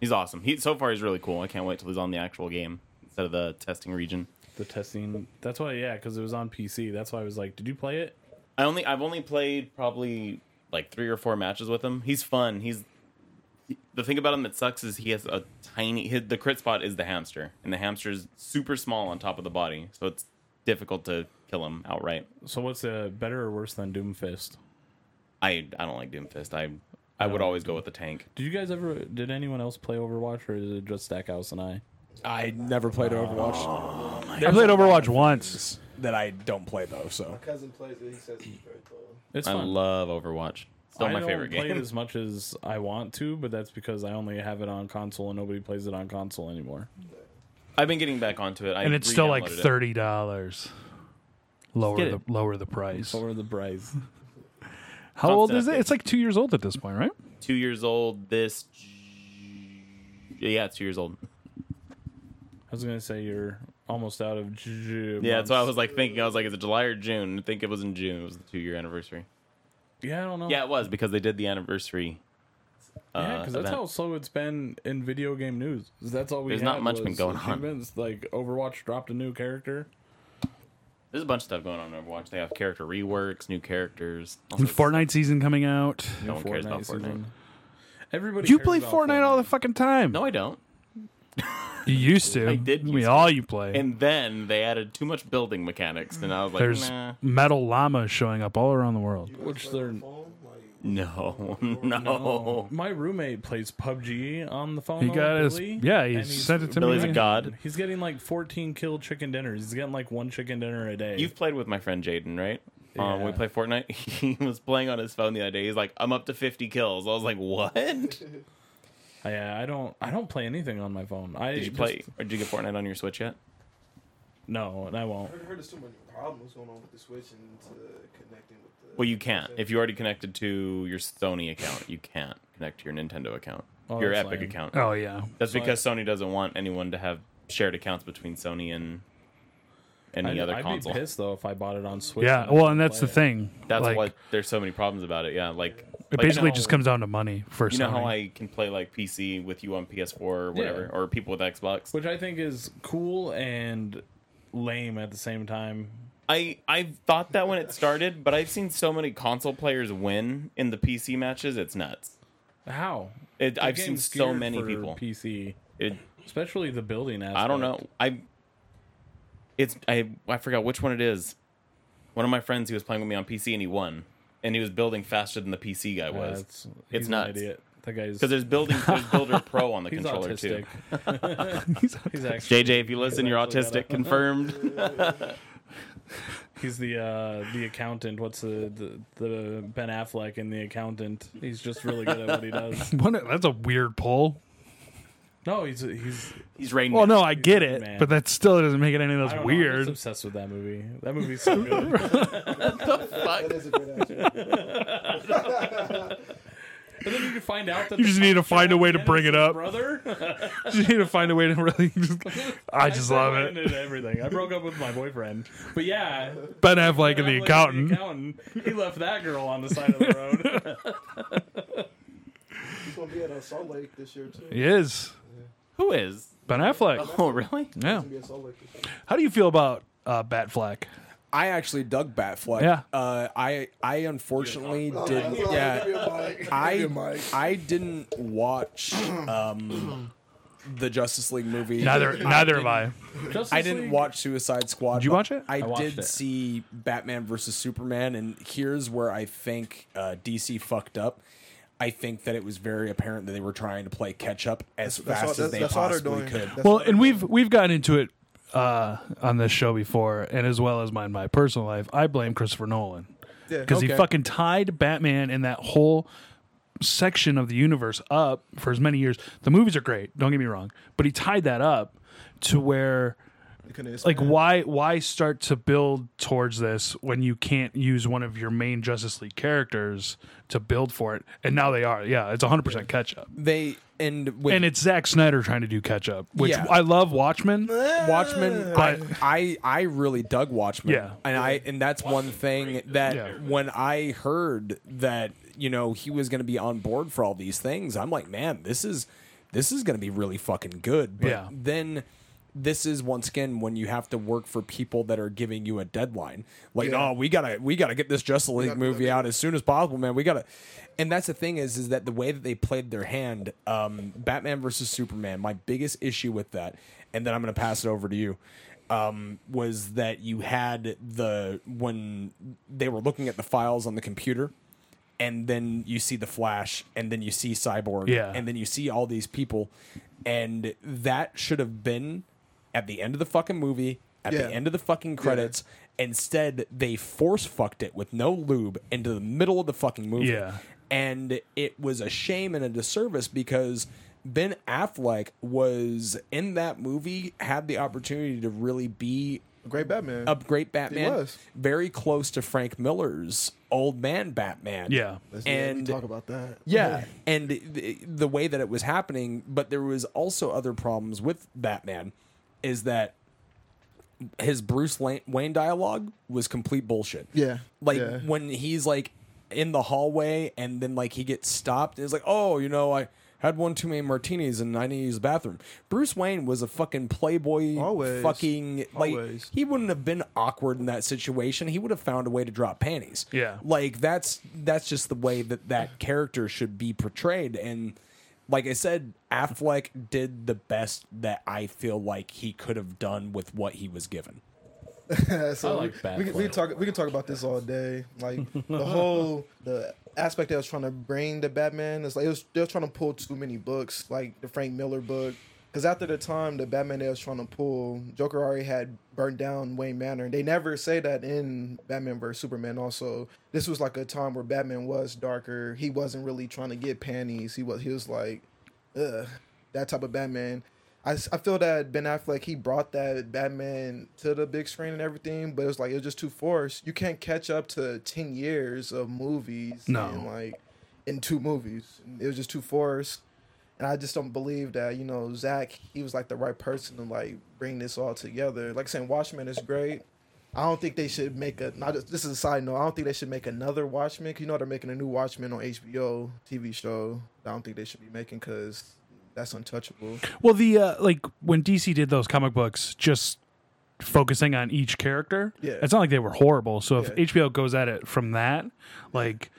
Speaker 3: He's awesome. He so far he's really cool. I can't wait till he's on the actual game instead of the testing region.
Speaker 2: The testing. That's why, yeah, because it was on PC. That's why I was like, did you play it?
Speaker 3: I only I've only played probably like three or four matches with him. He's fun. He's the thing about him that sucks is he has a tiny his, the crit spot is the hamster, and the hamster is super small on top of the body, so it's difficult to kill him outright.
Speaker 2: So what's uh, better or worse than Doomfist?
Speaker 3: I I don't like Doomfist. I I would always go with the tank.
Speaker 2: Did you guys ever? Did anyone else play Overwatch, or is it just Stackhouse and I?
Speaker 4: I never played Overwatch
Speaker 1: I played Overwatch once.
Speaker 4: that I don't play though. So
Speaker 7: cousin plays it. He says he's very though.
Speaker 2: It's
Speaker 3: I
Speaker 2: fun.
Speaker 3: love Overwatch. Still
Speaker 2: I
Speaker 3: my
Speaker 2: don't
Speaker 3: favorite
Speaker 2: play
Speaker 3: game.
Speaker 2: it as much as I want to, but that's because I only have it on console and nobody plays it on console anymore.
Speaker 3: I've been getting back onto it. I
Speaker 1: and it's still like
Speaker 3: re-downloaded it.
Speaker 1: thirty dollars. Lower
Speaker 3: Get
Speaker 1: the
Speaker 3: it.
Speaker 1: lower the price.
Speaker 2: Or the price.
Speaker 1: How old is
Speaker 3: Constant
Speaker 1: it? It's like two years old at this point, right?
Speaker 3: two years old. This yeah, it's two years old.
Speaker 2: I was gonna say you're almost out of. Ju-
Speaker 3: Yeah, that's why I was
Speaker 2: months.
Speaker 3: like thinking. I was like, is it July or June? I think it was in June. It was the two year anniversary.
Speaker 2: Yeah, I don't know.
Speaker 3: Yeah, it was because they did the anniversary.
Speaker 2: Yeah,
Speaker 3: uh,
Speaker 2: because that's
Speaker 3: event.
Speaker 2: how slow it's been in video game news. That's all we.
Speaker 3: There's not
Speaker 2: had
Speaker 3: much been
Speaker 2: was
Speaker 3: going on.
Speaker 2: achievements, Like Overwatch dropped a new character.
Speaker 3: There's a bunch of stuff going on in Overwatch. They have character reworks, new characters. all
Speaker 1: And
Speaker 3: sorts of
Speaker 1: Fortnite season coming out.
Speaker 3: stuff. No one cares about Fortnite.
Speaker 2: season. Everybody,
Speaker 1: You
Speaker 2: cares
Speaker 1: play
Speaker 2: about
Speaker 1: Fortnite, all the fucking time.
Speaker 3: No, I don't.
Speaker 1: you used to.
Speaker 3: I did
Speaker 1: We
Speaker 3: used to.
Speaker 1: all you play.
Speaker 3: And then they added too much building mechanics, and I was like,
Speaker 1: There's
Speaker 3: nah.
Speaker 1: metal llamas showing up all around the world.
Speaker 2: which they're
Speaker 3: Mm. no, no.
Speaker 2: My roommate plays PUBG on the phone.
Speaker 1: He
Speaker 2: all
Speaker 1: got
Speaker 2: with
Speaker 1: his-
Speaker 2: Billy,
Speaker 1: yeah, he
Speaker 2: and he's-
Speaker 1: sent it to
Speaker 3: Billy's
Speaker 1: me.
Speaker 3: a god.
Speaker 2: He's getting like 14 kill chicken dinners. He's getting like one chicken dinner a day.
Speaker 3: You've played with my friend Jaden, right? Um, we
Speaker 2: Yeah.
Speaker 3: play Fortnite. He was playing on his phone the other day. He's like, I'm up to 50 kills. I was like, what?
Speaker 2: yeah, I don't. I don't play anything on my phone. I
Speaker 3: Did you
Speaker 2: just-
Speaker 3: play, or did you get Fortnite on your Switch yet?
Speaker 2: No, and I won't.
Speaker 7: I heard there's so many problems going on with the Switch and to connecting with the.
Speaker 3: Well, you can't. If you already connected to your Sony account, you can't connect to your Nintendo account,
Speaker 2: Oh,
Speaker 3: your
Speaker 2: that's
Speaker 3: Epic
Speaker 2: lame.
Speaker 3: account.
Speaker 1: Oh yeah.
Speaker 3: That's because Sony doesn't want anyone to have shared accounts between Sony and any
Speaker 2: I'd,
Speaker 3: other
Speaker 2: I'd
Speaker 3: console.
Speaker 2: be pissed though if I bought it on Switch.
Speaker 1: Yeah.
Speaker 2: I
Speaker 1: Well,
Speaker 2: couldn't
Speaker 1: and that's the
Speaker 2: play it.
Speaker 1: thing.
Speaker 3: That's
Speaker 1: like,
Speaker 3: why there's so many problems about it. Yeah,
Speaker 1: It
Speaker 3: like like, you
Speaker 1: basically
Speaker 3: know-
Speaker 1: just comes down to money for
Speaker 3: You know
Speaker 1: Sony.
Speaker 3: how I can play like PC with you on PS4 or whatever,
Speaker 2: Yeah.
Speaker 3: or people with Xbox.
Speaker 2: Which I think is cool and lame at the same time.
Speaker 3: I I thought that when it started, but I've seen so many console players win in the PC matches. It's nuts.
Speaker 2: How?
Speaker 3: It,
Speaker 2: The
Speaker 3: I've seen
Speaker 2: game's
Speaker 3: so
Speaker 2: geared
Speaker 3: many
Speaker 2: for
Speaker 3: people.
Speaker 2: PC,
Speaker 3: It,
Speaker 2: especially the building aspect.
Speaker 3: I don't know. I it's I I forgot which one it is. One of my friends he was playing with me on PC and he won, and he was building faster than the PC guy
Speaker 2: Uh,
Speaker 3: was.
Speaker 2: it's
Speaker 3: it's
Speaker 2: he's an
Speaker 3: nuts.
Speaker 2: idiot. That guy's
Speaker 3: Because there's building there's Builder Pro on the
Speaker 2: he's
Speaker 3: controller
Speaker 2: autistic.
Speaker 3: too.
Speaker 1: He's-
Speaker 2: He's actually
Speaker 3: JJ, if you listen, you're
Speaker 2: actually
Speaker 3: autistic.
Speaker 2: got a-
Speaker 3: Confirmed.
Speaker 2: he's the uh, the accountant. What's the, the the Ben Affleck in the accountant? He's just really good at what he does.
Speaker 1: What a- that's a weird pull.
Speaker 2: No, he's he's
Speaker 3: He's rain.
Speaker 1: Well, no, I get it,
Speaker 2: man.
Speaker 1: but that still doesn't make it any
Speaker 2: I
Speaker 1: less
Speaker 2: don't know, I'm just
Speaker 1: weird.
Speaker 2: obsessed with that movie. That movie's so good.
Speaker 7: That is a good answer.
Speaker 2: but then you can find out that
Speaker 1: You
Speaker 2: the
Speaker 1: just need to
Speaker 2: cop
Speaker 1: find a
Speaker 2: shot
Speaker 1: way to
Speaker 2: Dennis's
Speaker 1: bring it up.
Speaker 2: Brother,
Speaker 1: you need to find a way to really. Just, I just love
Speaker 2: I
Speaker 1: it.
Speaker 2: into everything. I broke up with my boyfriend, but yeah,
Speaker 1: Ben Affleck
Speaker 2: I'm
Speaker 1: and the
Speaker 2: like,
Speaker 1: accountant.
Speaker 2: accountant, He left that girl on the side of the road.
Speaker 7: He's gonna be at uh, Salt Lake this year too.
Speaker 1: He is
Speaker 3: Who is?
Speaker 1: Ben Affleck.
Speaker 3: Oh, really?
Speaker 1: Yeah.
Speaker 7: He's gonna be at Salt Lake this year.
Speaker 1: How do you feel about uh, Batfleck?
Speaker 4: I actually dug Batfleck.
Speaker 1: Yeah.
Speaker 4: Uh, I I unfortunately didn't.
Speaker 7: That's all.
Speaker 4: Yeah.
Speaker 7: Give me a mic. Give me a
Speaker 4: I
Speaker 7: mic.
Speaker 4: I didn't watch um, the Justice League movie.
Speaker 1: Neither, neither have I.
Speaker 2: Justice
Speaker 4: I didn't
Speaker 2: League-
Speaker 4: watch Suicide Squad.
Speaker 1: Did you
Speaker 4: but
Speaker 1: watch it?
Speaker 4: I,
Speaker 2: watched
Speaker 4: did
Speaker 2: it.
Speaker 4: see Batman versus Superman, and here's where I think uh, DC fucked up. I think that it was very apparent that they were trying to play catch up as
Speaker 7: That's all-
Speaker 4: fast as
Speaker 7: that's-
Speaker 4: they
Speaker 7: that's all they're
Speaker 4: possibly
Speaker 7: doing.
Speaker 4: could.
Speaker 7: That's
Speaker 1: Well,
Speaker 7: all-
Speaker 1: and we've we've gotten into it uh, on this show before, and as well as my my personal life, I blame Christopher Nolan
Speaker 7: Yeah.
Speaker 1: because he
Speaker 4: okay.
Speaker 1: fucking tied Batman and that whole section of the universe up for as many years. The movies are great, don't get me wrong, but he tied that up to where
Speaker 7: You couldn't
Speaker 1: like
Speaker 7: expand.
Speaker 1: why why start to build towards this when you can't use one of your main Justice League characters to build for it? And now they are. Yeah, it's 100% catch up.
Speaker 4: They and with
Speaker 1: And it's Zack Snyder trying to do catch up, which
Speaker 4: Yeah. Eh.
Speaker 1: I love Watchmen.
Speaker 4: Watchmen,
Speaker 1: But-
Speaker 4: I, I I really dug Watchmen.
Speaker 1: Yeah.
Speaker 4: and I and that's one thing that
Speaker 1: Yeah.
Speaker 4: when I heard that you know he was going to be on board for all these things, I'm like, man, this is this is going to be really fucking good. But
Speaker 1: Yeah.
Speaker 4: then this is once again when you have to work for people that are giving you a deadline. Like,
Speaker 7: Yeah.
Speaker 4: oh, we gotta we gotta get this Justice League
Speaker 7: gotta-
Speaker 4: movie out as soon as possible, man. We gotta. And that's the thing is, is that the way that they played their hand, um, Batman versus Superman. My biggest issue with that, and then I'm gonna pass it over to you, um, was that you had the when they were looking at the files on the computer. And then you see the Flash, and then you see Cyborg,
Speaker 1: Yeah.
Speaker 4: and then you see all these people, and that should have been at the end of the fucking movie, at
Speaker 7: Yeah.
Speaker 4: the end of the fucking credits. Instead, they force fucked it with no lube into the middle of the fucking movie.
Speaker 1: Yeah.
Speaker 4: And it was a shame and a disservice because Ben Affleck was in that movie, had the opportunity to really be
Speaker 7: Great Batman.
Speaker 4: a great Batman,
Speaker 7: was.
Speaker 4: very close to Frank Miller's old man Batman.
Speaker 1: Yeah.
Speaker 7: Yeah, we
Speaker 4: And
Speaker 7: talk about that.
Speaker 4: yeah, and the, the way that it was happening, but there was also other problems with Batman, is that his Bruce Lane, Wayne dialogue was complete bullshit.
Speaker 7: Yeah,
Speaker 4: like
Speaker 7: yeah.
Speaker 4: when he's like in the hallway, and then like he gets stopped, and it's like, oh, you know, I had one too many martinis, and I need to use the bathroom. Bruce Wayne was a fucking playboy,
Speaker 7: Always.
Speaker 4: fucking like
Speaker 7: Always.
Speaker 4: he wouldn't have been awkward in that situation. He would have found a way to drop panties.
Speaker 1: Yeah.
Speaker 4: like that's that's just the way that that character should be portrayed. And like I said, Affleck did the best that I feel like he could have done with what he was given.
Speaker 2: I
Speaker 7: so
Speaker 2: like
Speaker 7: we, we, can-
Speaker 2: Batfleck.
Speaker 7: we can talk we can talk about this all day. Like the whole the aspect that was trying to bring the Batman is like it was they were trying to pull too many books, like the Frank Miller book. Because after the time the Batman they was trying to pull, Joker already had burned down Wayne Manor. They never say that in Batman vs Superman. Also, this was like a time where Batman was darker. He wasn't really trying to get panties. He was he was like ugh, that type of Batman. I, s- I feel that Ben Affleck he brought that Batman to the big screen and everything, but it was like it was just too forced. You can't catch up to ten years of movies.
Speaker 1: No.
Speaker 7: and like in two movies, it was just too forced. And I just don't believe that you know Zach he was like the right person to like bring this all together. Like saying Watchmen is great. I don't think they should make a. Not just, this is a side note. I don't think they should make another Watchmen. 'cause you know they're making a new Watchmen on HBO TV show. I don't think they should be making because that's untouchable.
Speaker 1: Well, the uh, like when DC did those comic books, just focusing on each character.
Speaker 7: Yeah.
Speaker 1: it's not like they were horrible. So if
Speaker 7: Yeah.
Speaker 1: HBO goes at it from that, like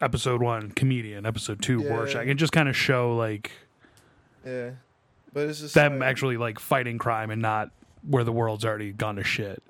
Speaker 1: episode one comedian, episode two
Speaker 7: Yeah.
Speaker 1: Rorschach, and just kind of show like
Speaker 7: Yeah, but it's just
Speaker 1: them
Speaker 7: like-
Speaker 1: actually like fighting crime and not where the world's already gone to shit.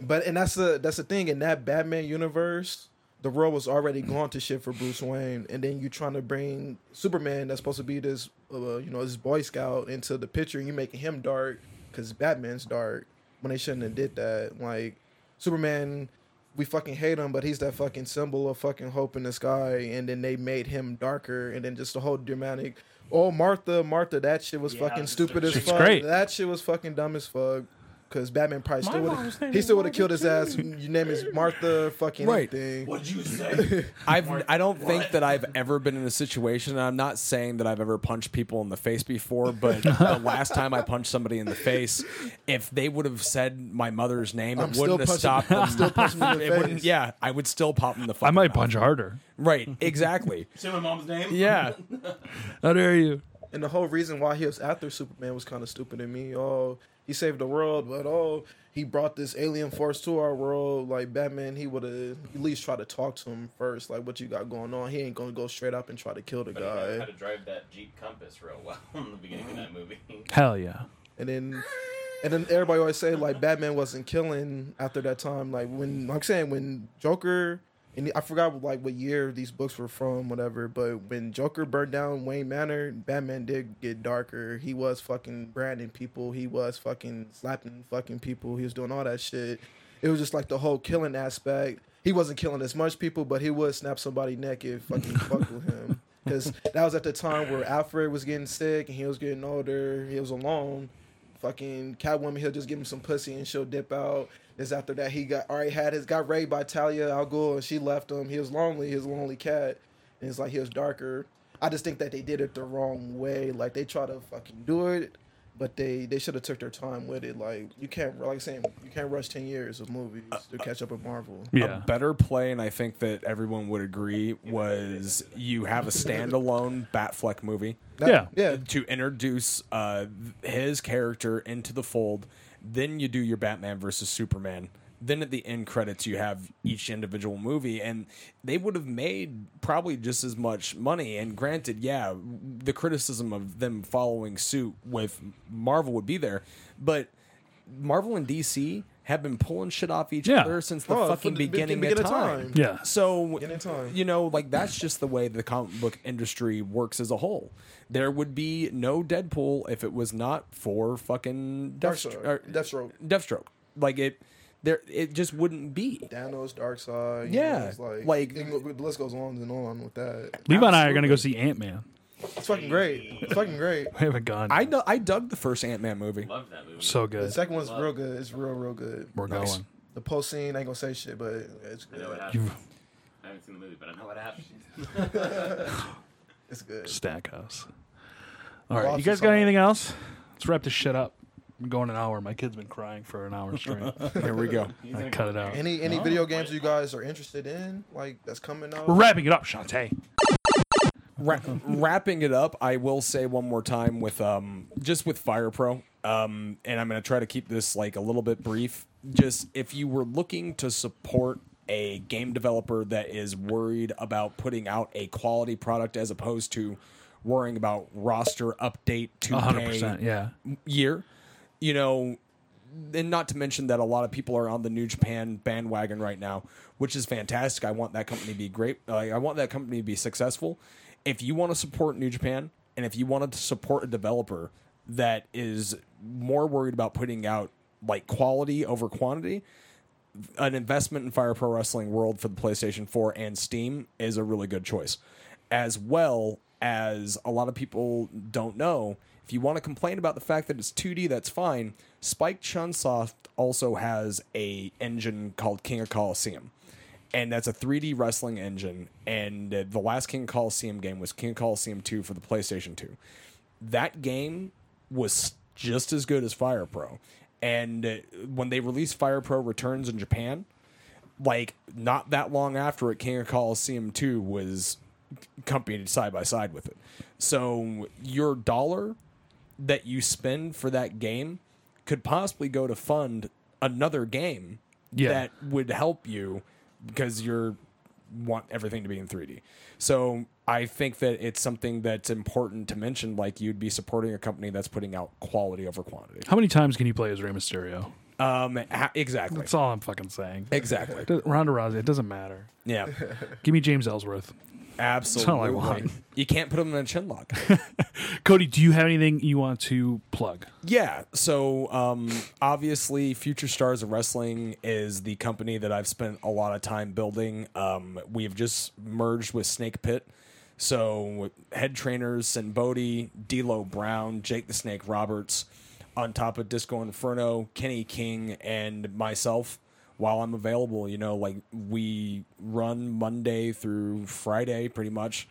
Speaker 7: But and that's the that's the thing in that Batman universe, the world was already gone to shit for Bruce Wayne, and then you trying to bring Superman that's supposed to be this uh, you know this Boy Scout into the picture, and you making him dark because Batman's dark when they shouldn't have did that. Like Superman, we fucking hate him, but he's that fucking symbol of fucking hope in the sky, and then they made him darker, and then just the whole dramatic. Oh Martha, Martha, that shit was fucking stupid as
Speaker 1: It's
Speaker 7: fuck.
Speaker 1: great.
Speaker 7: That shit was fucking dumb as fuck. Cause Batman probably still
Speaker 2: mom's
Speaker 7: would
Speaker 2: name
Speaker 7: he
Speaker 2: is
Speaker 7: still would have
Speaker 2: Martha
Speaker 7: killed his ass. Your name is Martha, fucking
Speaker 4: Right.
Speaker 7: anything.
Speaker 4: I've I don't think that I've ever been in a situation. And I'm not saying that I've ever punched people in the face before, but the last time I punched somebody in the face, if they would have said my mother's name,
Speaker 7: I'm
Speaker 4: it
Speaker 7: still
Speaker 4: wouldn't have
Speaker 7: punching.
Speaker 4: stopped
Speaker 7: I'm
Speaker 4: them.
Speaker 7: still punching him in
Speaker 4: It
Speaker 7: the
Speaker 4: wouldn't-
Speaker 7: face.
Speaker 4: yeah, I would still pop them the fuck.
Speaker 1: I might punch harder.
Speaker 4: Right, exactly.
Speaker 8: Say my mom's name.
Speaker 4: Yeah,
Speaker 1: How dare you?
Speaker 7: And the whole reason why he was after Superman was kind of stupid to me. Oh, he saved the world, but oh, he brought this alien force to our world. Like Batman, he would have at least try to talk to him first. Like what you got going on? He ain't gonna go straight up and try to kill the
Speaker 3: But I know how
Speaker 7: guy.
Speaker 3: to drive that Jeep Compass real well in the beginning of that movie.
Speaker 1: Hell yeah.
Speaker 7: And then and then everybody always say like Batman wasn't killing after that time. Like when like I'm saying when Joker and I forgot like what year these books were from, whatever. But when Joker burned down Wayne Manor, Batman did get darker. He was fucking branding people. He was fucking slapping fucking people. He was doing all that shit. It was just like the whole killing aspect. He wasn't killing as much people, but he would snap somebody neck if fucking fucked with him. Because that was at the time where Alfred was getting sick and he was getting older. He was alone fucking Catwoman, he'll just give him some pussy and she'll dip out. This after that, he got already had his got raped by Talia Al Ghul and she left him. He was lonely, he was a lonely cat, and it's like he was darker. I just think that they did it the wrong way. Like they try to fucking do it, but they they should have took their time with it. Like you can't like I'm saying you can't rush ten years of movies
Speaker 4: Uh,
Speaker 7: to catch up with Marvel.
Speaker 1: Yeah.
Speaker 4: A better play, and I think that everyone would agree, was you have a standalone Batfleck movie.
Speaker 1: yeah.
Speaker 7: Yeah,
Speaker 4: to introduce uh, his character into the fold. Then you do your Batman versus Superman. Then at the end credits, you have each individual movie, and they would have made probably just as much money. And granted, yeah, the criticism of them following suit with Marvel would be there, but Marvel and DC have been pulling shit off each
Speaker 1: Yeah.
Speaker 4: other since the
Speaker 7: Oh, from
Speaker 4: fucking
Speaker 7: the
Speaker 4: beginning,
Speaker 7: beginning
Speaker 4: of
Speaker 7: of
Speaker 4: time.
Speaker 7: time.
Speaker 1: Yeah.
Speaker 4: So
Speaker 7: Get in time.
Speaker 4: you know, like that's just the way the comic book industry works as a whole. There would be no Deadpool if it was not for fucking
Speaker 7: Darkseid,
Speaker 4: Deathstroke. or-
Speaker 7: Deathstroke.
Speaker 4: Deathstroke. Like it, there it just wouldn't be.
Speaker 7: Thanos, Darkseid. you
Speaker 4: Yeah,
Speaker 7: know, it's like,
Speaker 4: like-
Speaker 7: and the list goes on and on with that.
Speaker 1: Levi and I are going to go see Ant Man.
Speaker 7: It's fucking great. It's fucking great.
Speaker 1: We haven't gone.
Speaker 4: I du- I dug the first Ant Man movie.
Speaker 3: Love that movie.
Speaker 1: so
Speaker 7: The
Speaker 1: good.
Speaker 7: second one's real good. It's real, real good.
Speaker 1: We're
Speaker 4: Nice.
Speaker 1: going.
Speaker 7: The post scene, I ain't gonna say shit, but it's
Speaker 3: I know what
Speaker 7: good.
Speaker 3: happens. I haven't seen the movie, but I know what happens.
Speaker 7: It's good.
Speaker 1: Stackhouse. All right.
Speaker 7: Lost
Speaker 1: You guys
Speaker 7: us
Speaker 1: got
Speaker 7: all.
Speaker 1: anything else? Let's wrap this shit up. I'm going an hour. My kid's been crying for an hour straight.
Speaker 4: Here we go.
Speaker 1: I cut it out.
Speaker 7: Any any video games you guys are interested in, like that's coming out?
Speaker 1: We're wrapping it up, Shantae.
Speaker 4: Ra- wrapping it up, I will say one more time with um just with Fire Pro. Um, and I'm going to try to keep this like a little bit brief. Just if you were looking to support a game developer that is worried about putting out a quality product as opposed to worrying about roster update 2K
Speaker 1: 100%. Yeah.
Speaker 4: year, you know, and not to mention that a lot of people are on the New Japan bandwagon right now, which is fantastic. I want that company to be great. Like, I want that company to be successful. If you want to support New Japan and if you wanted to support a developer that is more worried about putting out like quality over quantity, an investment in Fire Pro Wrestling World for the PlayStation 4 and Steam is a really good choice. As well as a lot of people don't know, if you want to complain about the fact that it's 2D, that's fine. Spike Chunsoft also has a engine called King of Coliseum. And that's a 3D wrestling engine. And uh, the last King of Coliseum game was King of Coliseum 2 for the PlayStation 2 that game was just as good as Fire Pro. And uh, when they released Fire Pro Returns in Japan, like not that long after it, King of Coliseum 2 was accompanied side by side with it. So your dollar that you spend for that game could possibly go to fund another game
Speaker 1: Yeah.
Speaker 4: that would help you because you're want everything to be in 3D. So I think that it's something that's important to mention. Like you'd be supporting a company that's putting out quality over quantity.
Speaker 1: How many times can you play as Rey Mysterio?
Speaker 4: Um, ha- exactly,
Speaker 1: That's all I'm fucking saying.
Speaker 4: exactly.
Speaker 1: Ronda Rousey, it doesn't matter.
Speaker 4: Yeah,
Speaker 1: Give me James Ellsworth.
Speaker 4: absolutely.
Speaker 1: want.
Speaker 4: You can't put them in a chin lock.
Speaker 1: Cody, do you have anything you want to plug?
Speaker 4: Yeah. So um, obviously, Future Stars of Wrestling is the company that I've spent a lot of time building. Um, we've just merged with Snake Pit. So head trainers Sin Bodhi, D'Lo Brown, Jake the Snake Roberts, on top of Disco Inferno, Kenny King, and myself. While I'm available, you know, like we run Monday through Friday, pretty much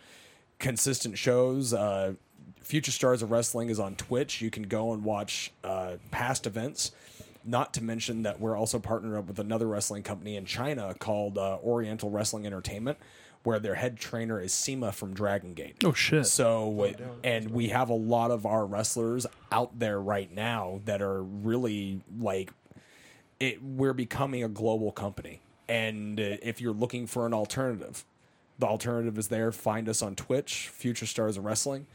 Speaker 4: consistent shows. Uh, Future Stars of Wrestling is on Twitch. You can go and watch uh, past events. Not to mention that we're also partnered up with another wrestling company in China called uh, Oriental Wrestling Entertainment, where their head trainer is Sema from Dragon Gate.
Speaker 1: Oh, shit.
Speaker 4: So, and we have a lot of our wrestlers out there right now that are really like it we're becoming a global company and uh, if you're looking for an alternative the alternative is there find us on twitch future stars of wrestling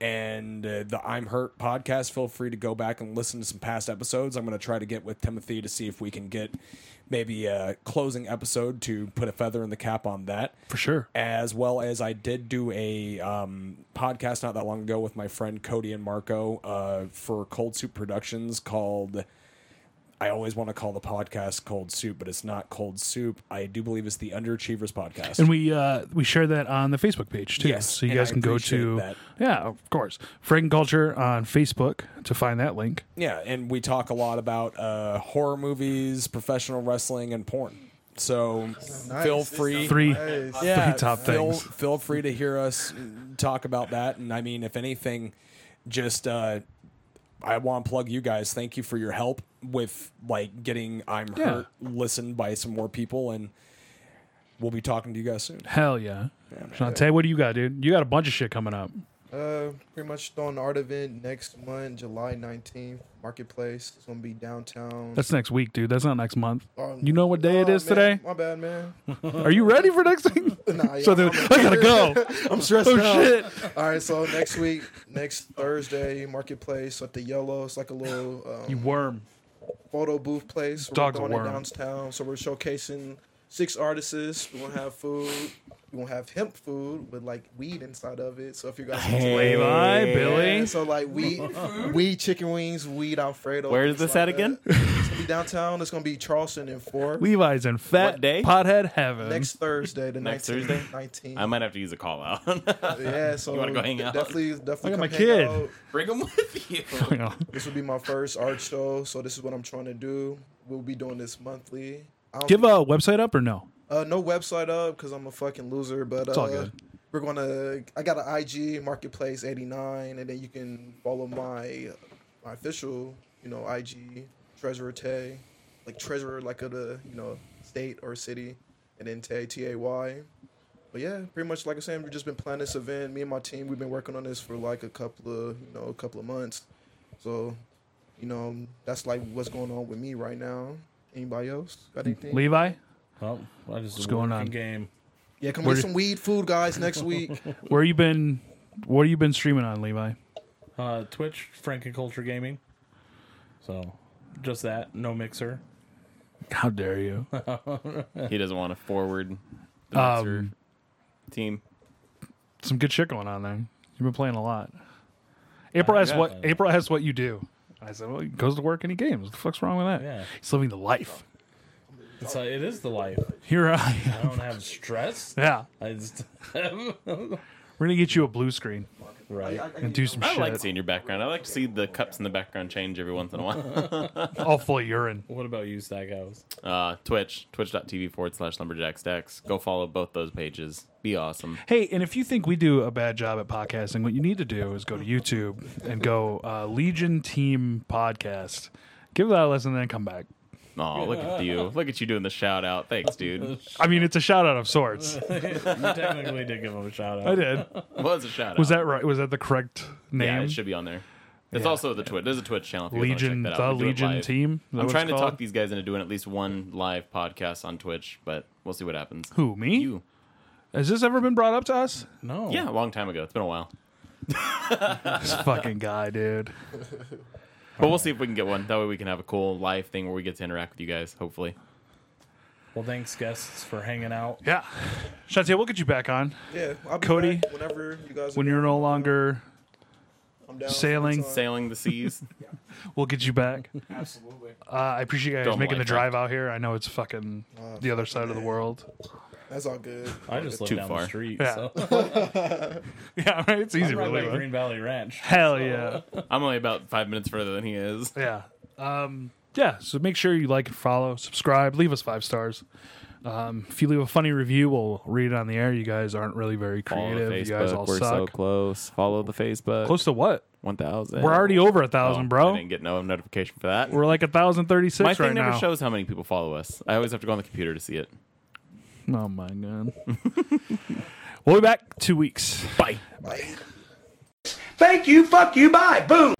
Speaker 4: and uh, the i'm hurt podcast feel free to go back and listen to some past episodes i'm going to try to get with timothy to see if we can get maybe a closing episode to put a feather in the cap on that.
Speaker 1: For sure.
Speaker 4: As well as I did do a um, podcast not that long ago with my friend Cody and Marco uh, for Cold Soup Productions called. I always want to call the podcast Cold Soup, but it's not Cold Soup. I do believe it's the Underachievers podcast.
Speaker 1: And we uh, we share that on the Facebook page too.
Speaker 4: Yes,
Speaker 1: so you
Speaker 4: and
Speaker 1: guys
Speaker 4: I
Speaker 1: can go to
Speaker 4: appreciate
Speaker 1: yeah, of course, Frank Culture on Facebook to find that link.
Speaker 4: Yeah, and we talk a lot about uh, horror movies, professional wrestling, and porn. So feel free,
Speaker 1: Three
Speaker 7: Nice.
Speaker 4: yeah,
Speaker 1: three top
Speaker 4: feel,
Speaker 1: things.
Speaker 4: Feel free to hear us talk about that. And I mean, if anything, just uh, I want to plug you guys. Thank you for your help with like getting I'm
Speaker 1: Yeah.
Speaker 4: hurt listened by some more people, and we'll be talking to you guys soon.
Speaker 1: Hell yeah, Shantae, what do you got, dude? You got a bunch of shit coming up.
Speaker 7: Uh, pretty much throwing an art event next month, July 19th, marketplace. It's gonna be downtown.
Speaker 1: That's next week, dude. That's not next month.
Speaker 7: Um,
Speaker 1: You know what day it
Speaker 7: Aw,
Speaker 1: is
Speaker 7: man,
Speaker 1: today?
Speaker 7: My bad, man.
Speaker 1: Are you ready for next thing?
Speaker 7: Nah,
Speaker 1: so
Speaker 7: yeah,
Speaker 1: they're, I gotta go.
Speaker 7: I'm stressed
Speaker 1: Oh,
Speaker 7: out.
Speaker 1: shit.
Speaker 7: All right, so next week, next Thursday, marketplace at the yellow. It's like a little um,
Speaker 1: You worm.
Speaker 7: photo booth place. We're
Speaker 1: Dog's a
Speaker 7: going to
Speaker 1: worm.
Speaker 7: downtown, so we're showcasing six artists. We're gonna have food. We're gonna have hemp food with like weed inside of it. So if you guys,
Speaker 1: Levi, Billy.
Speaker 7: so like weed, weed chicken wings, weed Alfredo.
Speaker 3: Where is
Speaker 7: things
Speaker 3: this
Speaker 7: like
Speaker 3: at
Speaker 7: that.
Speaker 3: again?
Speaker 7: It's gonna be downtown. It's gonna be Charleston and four
Speaker 1: Levi's in fat
Speaker 3: What day?
Speaker 1: pothead heaven.
Speaker 7: next Thursday, the
Speaker 3: Next
Speaker 7: 19th,
Speaker 3: Thursday?
Speaker 7: 19th.
Speaker 3: I might have to use a call out.
Speaker 7: yeah, so
Speaker 3: You wanna go hang out?
Speaker 7: Definitely, definitely.
Speaker 1: Look at
Speaker 7: come
Speaker 1: my
Speaker 7: hang
Speaker 1: kid.
Speaker 7: out.
Speaker 3: Bring them with you.
Speaker 1: Hang on.
Speaker 7: This will be my first art show, so this is what I'm trying to do. We'll be doing this monthly. I don't
Speaker 1: Give a website up or no?
Speaker 7: Uh, no website up because I'm a fucking loser. But
Speaker 1: all
Speaker 7: uh,
Speaker 1: good.
Speaker 7: We're gonna. I got an IG marketplace eighty nine, and then you can follow my my official, you know, IG treasurer Tay, like treasurer like of the you know state or city, and then Tay T A Y. But yeah, pretty much like I said, we've just been planning this event. Me and my team, we've been working on this for like a couple of you know a couple of months. So, you know, that's like what's going on with me right now. Anybody else got anything?
Speaker 1: Levi,
Speaker 2: Well, I just
Speaker 1: What's going on?
Speaker 2: Game.
Speaker 7: Yeah, come
Speaker 1: Where
Speaker 7: get
Speaker 1: do-
Speaker 7: some weed food, guys, next week.
Speaker 1: where you been? What have you been streaming on, Levi?
Speaker 2: Uh, Twitch, Frank and Culture Gaming. So, just that. No mixer.
Speaker 1: How dare you?
Speaker 3: he doesn't want to forward the mixer
Speaker 1: Um,
Speaker 3: team.
Speaker 1: Some good shit going on there. You've been playing a lot. April asked what April asked what you do. I said, well, he goes to work and he games. What the fuck's wrong with that?
Speaker 2: Yeah.
Speaker 1: He's living the life.
Speaker 2: It's, uh, it is the life.
Speaker 1: Here I am.
Speaker 2: I don't have stress.
Speaker 1: Yeah.
Speaker 2: I just
Speaker 1: We're gonna get you a blue screen
Speaker 2: right.
Speaker 1: and do some
Speaker 3: I
Speaker 1: shit.
Speaker 3: like seeing your background. I like to see the cups in the background change every once in a while.
Speaker 1: All full of urine.
Speaker 2: What about you, Stackhouse?
Speaker 3: Uh, Twitch, twitch.tv forward slash lumberjack stacks. Go follow both those pages. Be awesome.
Speaker 1: Hey, and if you think we do a bad job at podcasting, what you need to do is go to YouTube and go uh, Legion Team Podcast. Give that a listen and then come back.
Speaker 3: Oh, look at you. Look at you doing the shout out. Thanks, dude.
Speaker 1: I mean, it's a shout out of sorts.
Speaker 2: You technically did give him a shout out.
Speaker 1: I did.
Speaker 3: Was a shout out.
Speaker 1: Was that right? Was that the correct
Speaker 3: Yeah,
Speaker 1: name?
Speaker 3: it should be on there. It's also the Twitch. There's a Twitch channel. If you guys wanna check
Speaker 1: Legion,
Speaker 3: that out.
Speaker 1: the
Speaker 3: We do it
Speaker 1: Legion
Speaker 3: live.
Speaker 1: team. Is that what
Speaker 3: I'm
Speaker 1: it's
Speaker 3: trying to
Speaker 1: called?
Speaker 3: talk these guys into doing at least one live podcast on Twitch, but we'll see what happens.
Speaker 1: Who me? Oh.
Speaker 3: You?
Speaker 1: Has this ever been brought up to us?
Speaker 2: No.
Speaker 3: Yeah, a long time ago. It's been a while,
Speaker 1: This fucking guy, dude.
Speaker 3: but we'll see if we can get one. That way, we can have a cool live thing where we get to interact with you guys. Hopefully,
Speaker 2: Well, thanks, guests, for hanging out.
Speaker 1: Yeah, Shantae, we'll get you back on
Speaker 7: Yeah, I'll be
Speaker 1: Cody,
Speaker 7: back whenever you guys.
Speaker 1: when
Speaker 7: are
Speaker 1: you're no longer.
Speaker 7: I'm down
Speaker 1: sailing.
Speaker 7: sometime.
Speaker 3: sailing the seas.
Speaker 1: We'll get you back.
Speaker 8: Absolutely.
Speaker 1: Uh, I appreciate you guys
Speaker 3: Don't
Speaker 1: making the
Speaker 3: like
Speaker 1: drive out here. I know it's fucking the other side of the world.
Speaker 7: That's all good.
Speaker 2: I just live
Speaker 3: Too
Speaker 2: down
Speaker 3: far.
Speaker 2: the street.
Speaker 1: Yeah.
Speaker 2: So.
Speaker 1: Yeah, right. It's easy,
Speaker 2: right by
Speaker 1: really.
Speaker 2: Green Valley Ranch.
Speaker 1: Hell yeah,
Speaker 3: I'm only about five minutes further than he is.
Speaker 1: yeah, um, yeah. So make sure you like and follow, subscribe, leave us five stars. Um, if you leave a funny review, we'll read it on the air. You guys aren't really very creative. you guys all suck.
Speaker 3: close. Follow the Facebook.
Speaker 1: Close to what?
Speaker 3: One thousand.
Speaker 1: We're already over a thousand,
Speaker 3: Oh, I
Speaker 1: bro.
Speaker 3: didn't get no notification for that.
Speaker 1: We're like a thousand thirty six
Speaker 3: My
Speaker 1: right
Speaker 3: thing never
Speaker 1: now.
Speaker 3: shows how many people follow us. I always have to go on the computer to see it.
Speaker 1: Oh my god. we'll be back two weeks.
Speaker 3: Bye.
Speaker 7: Bye.
Speaker 9: Thank you, fuck you, bye, boom.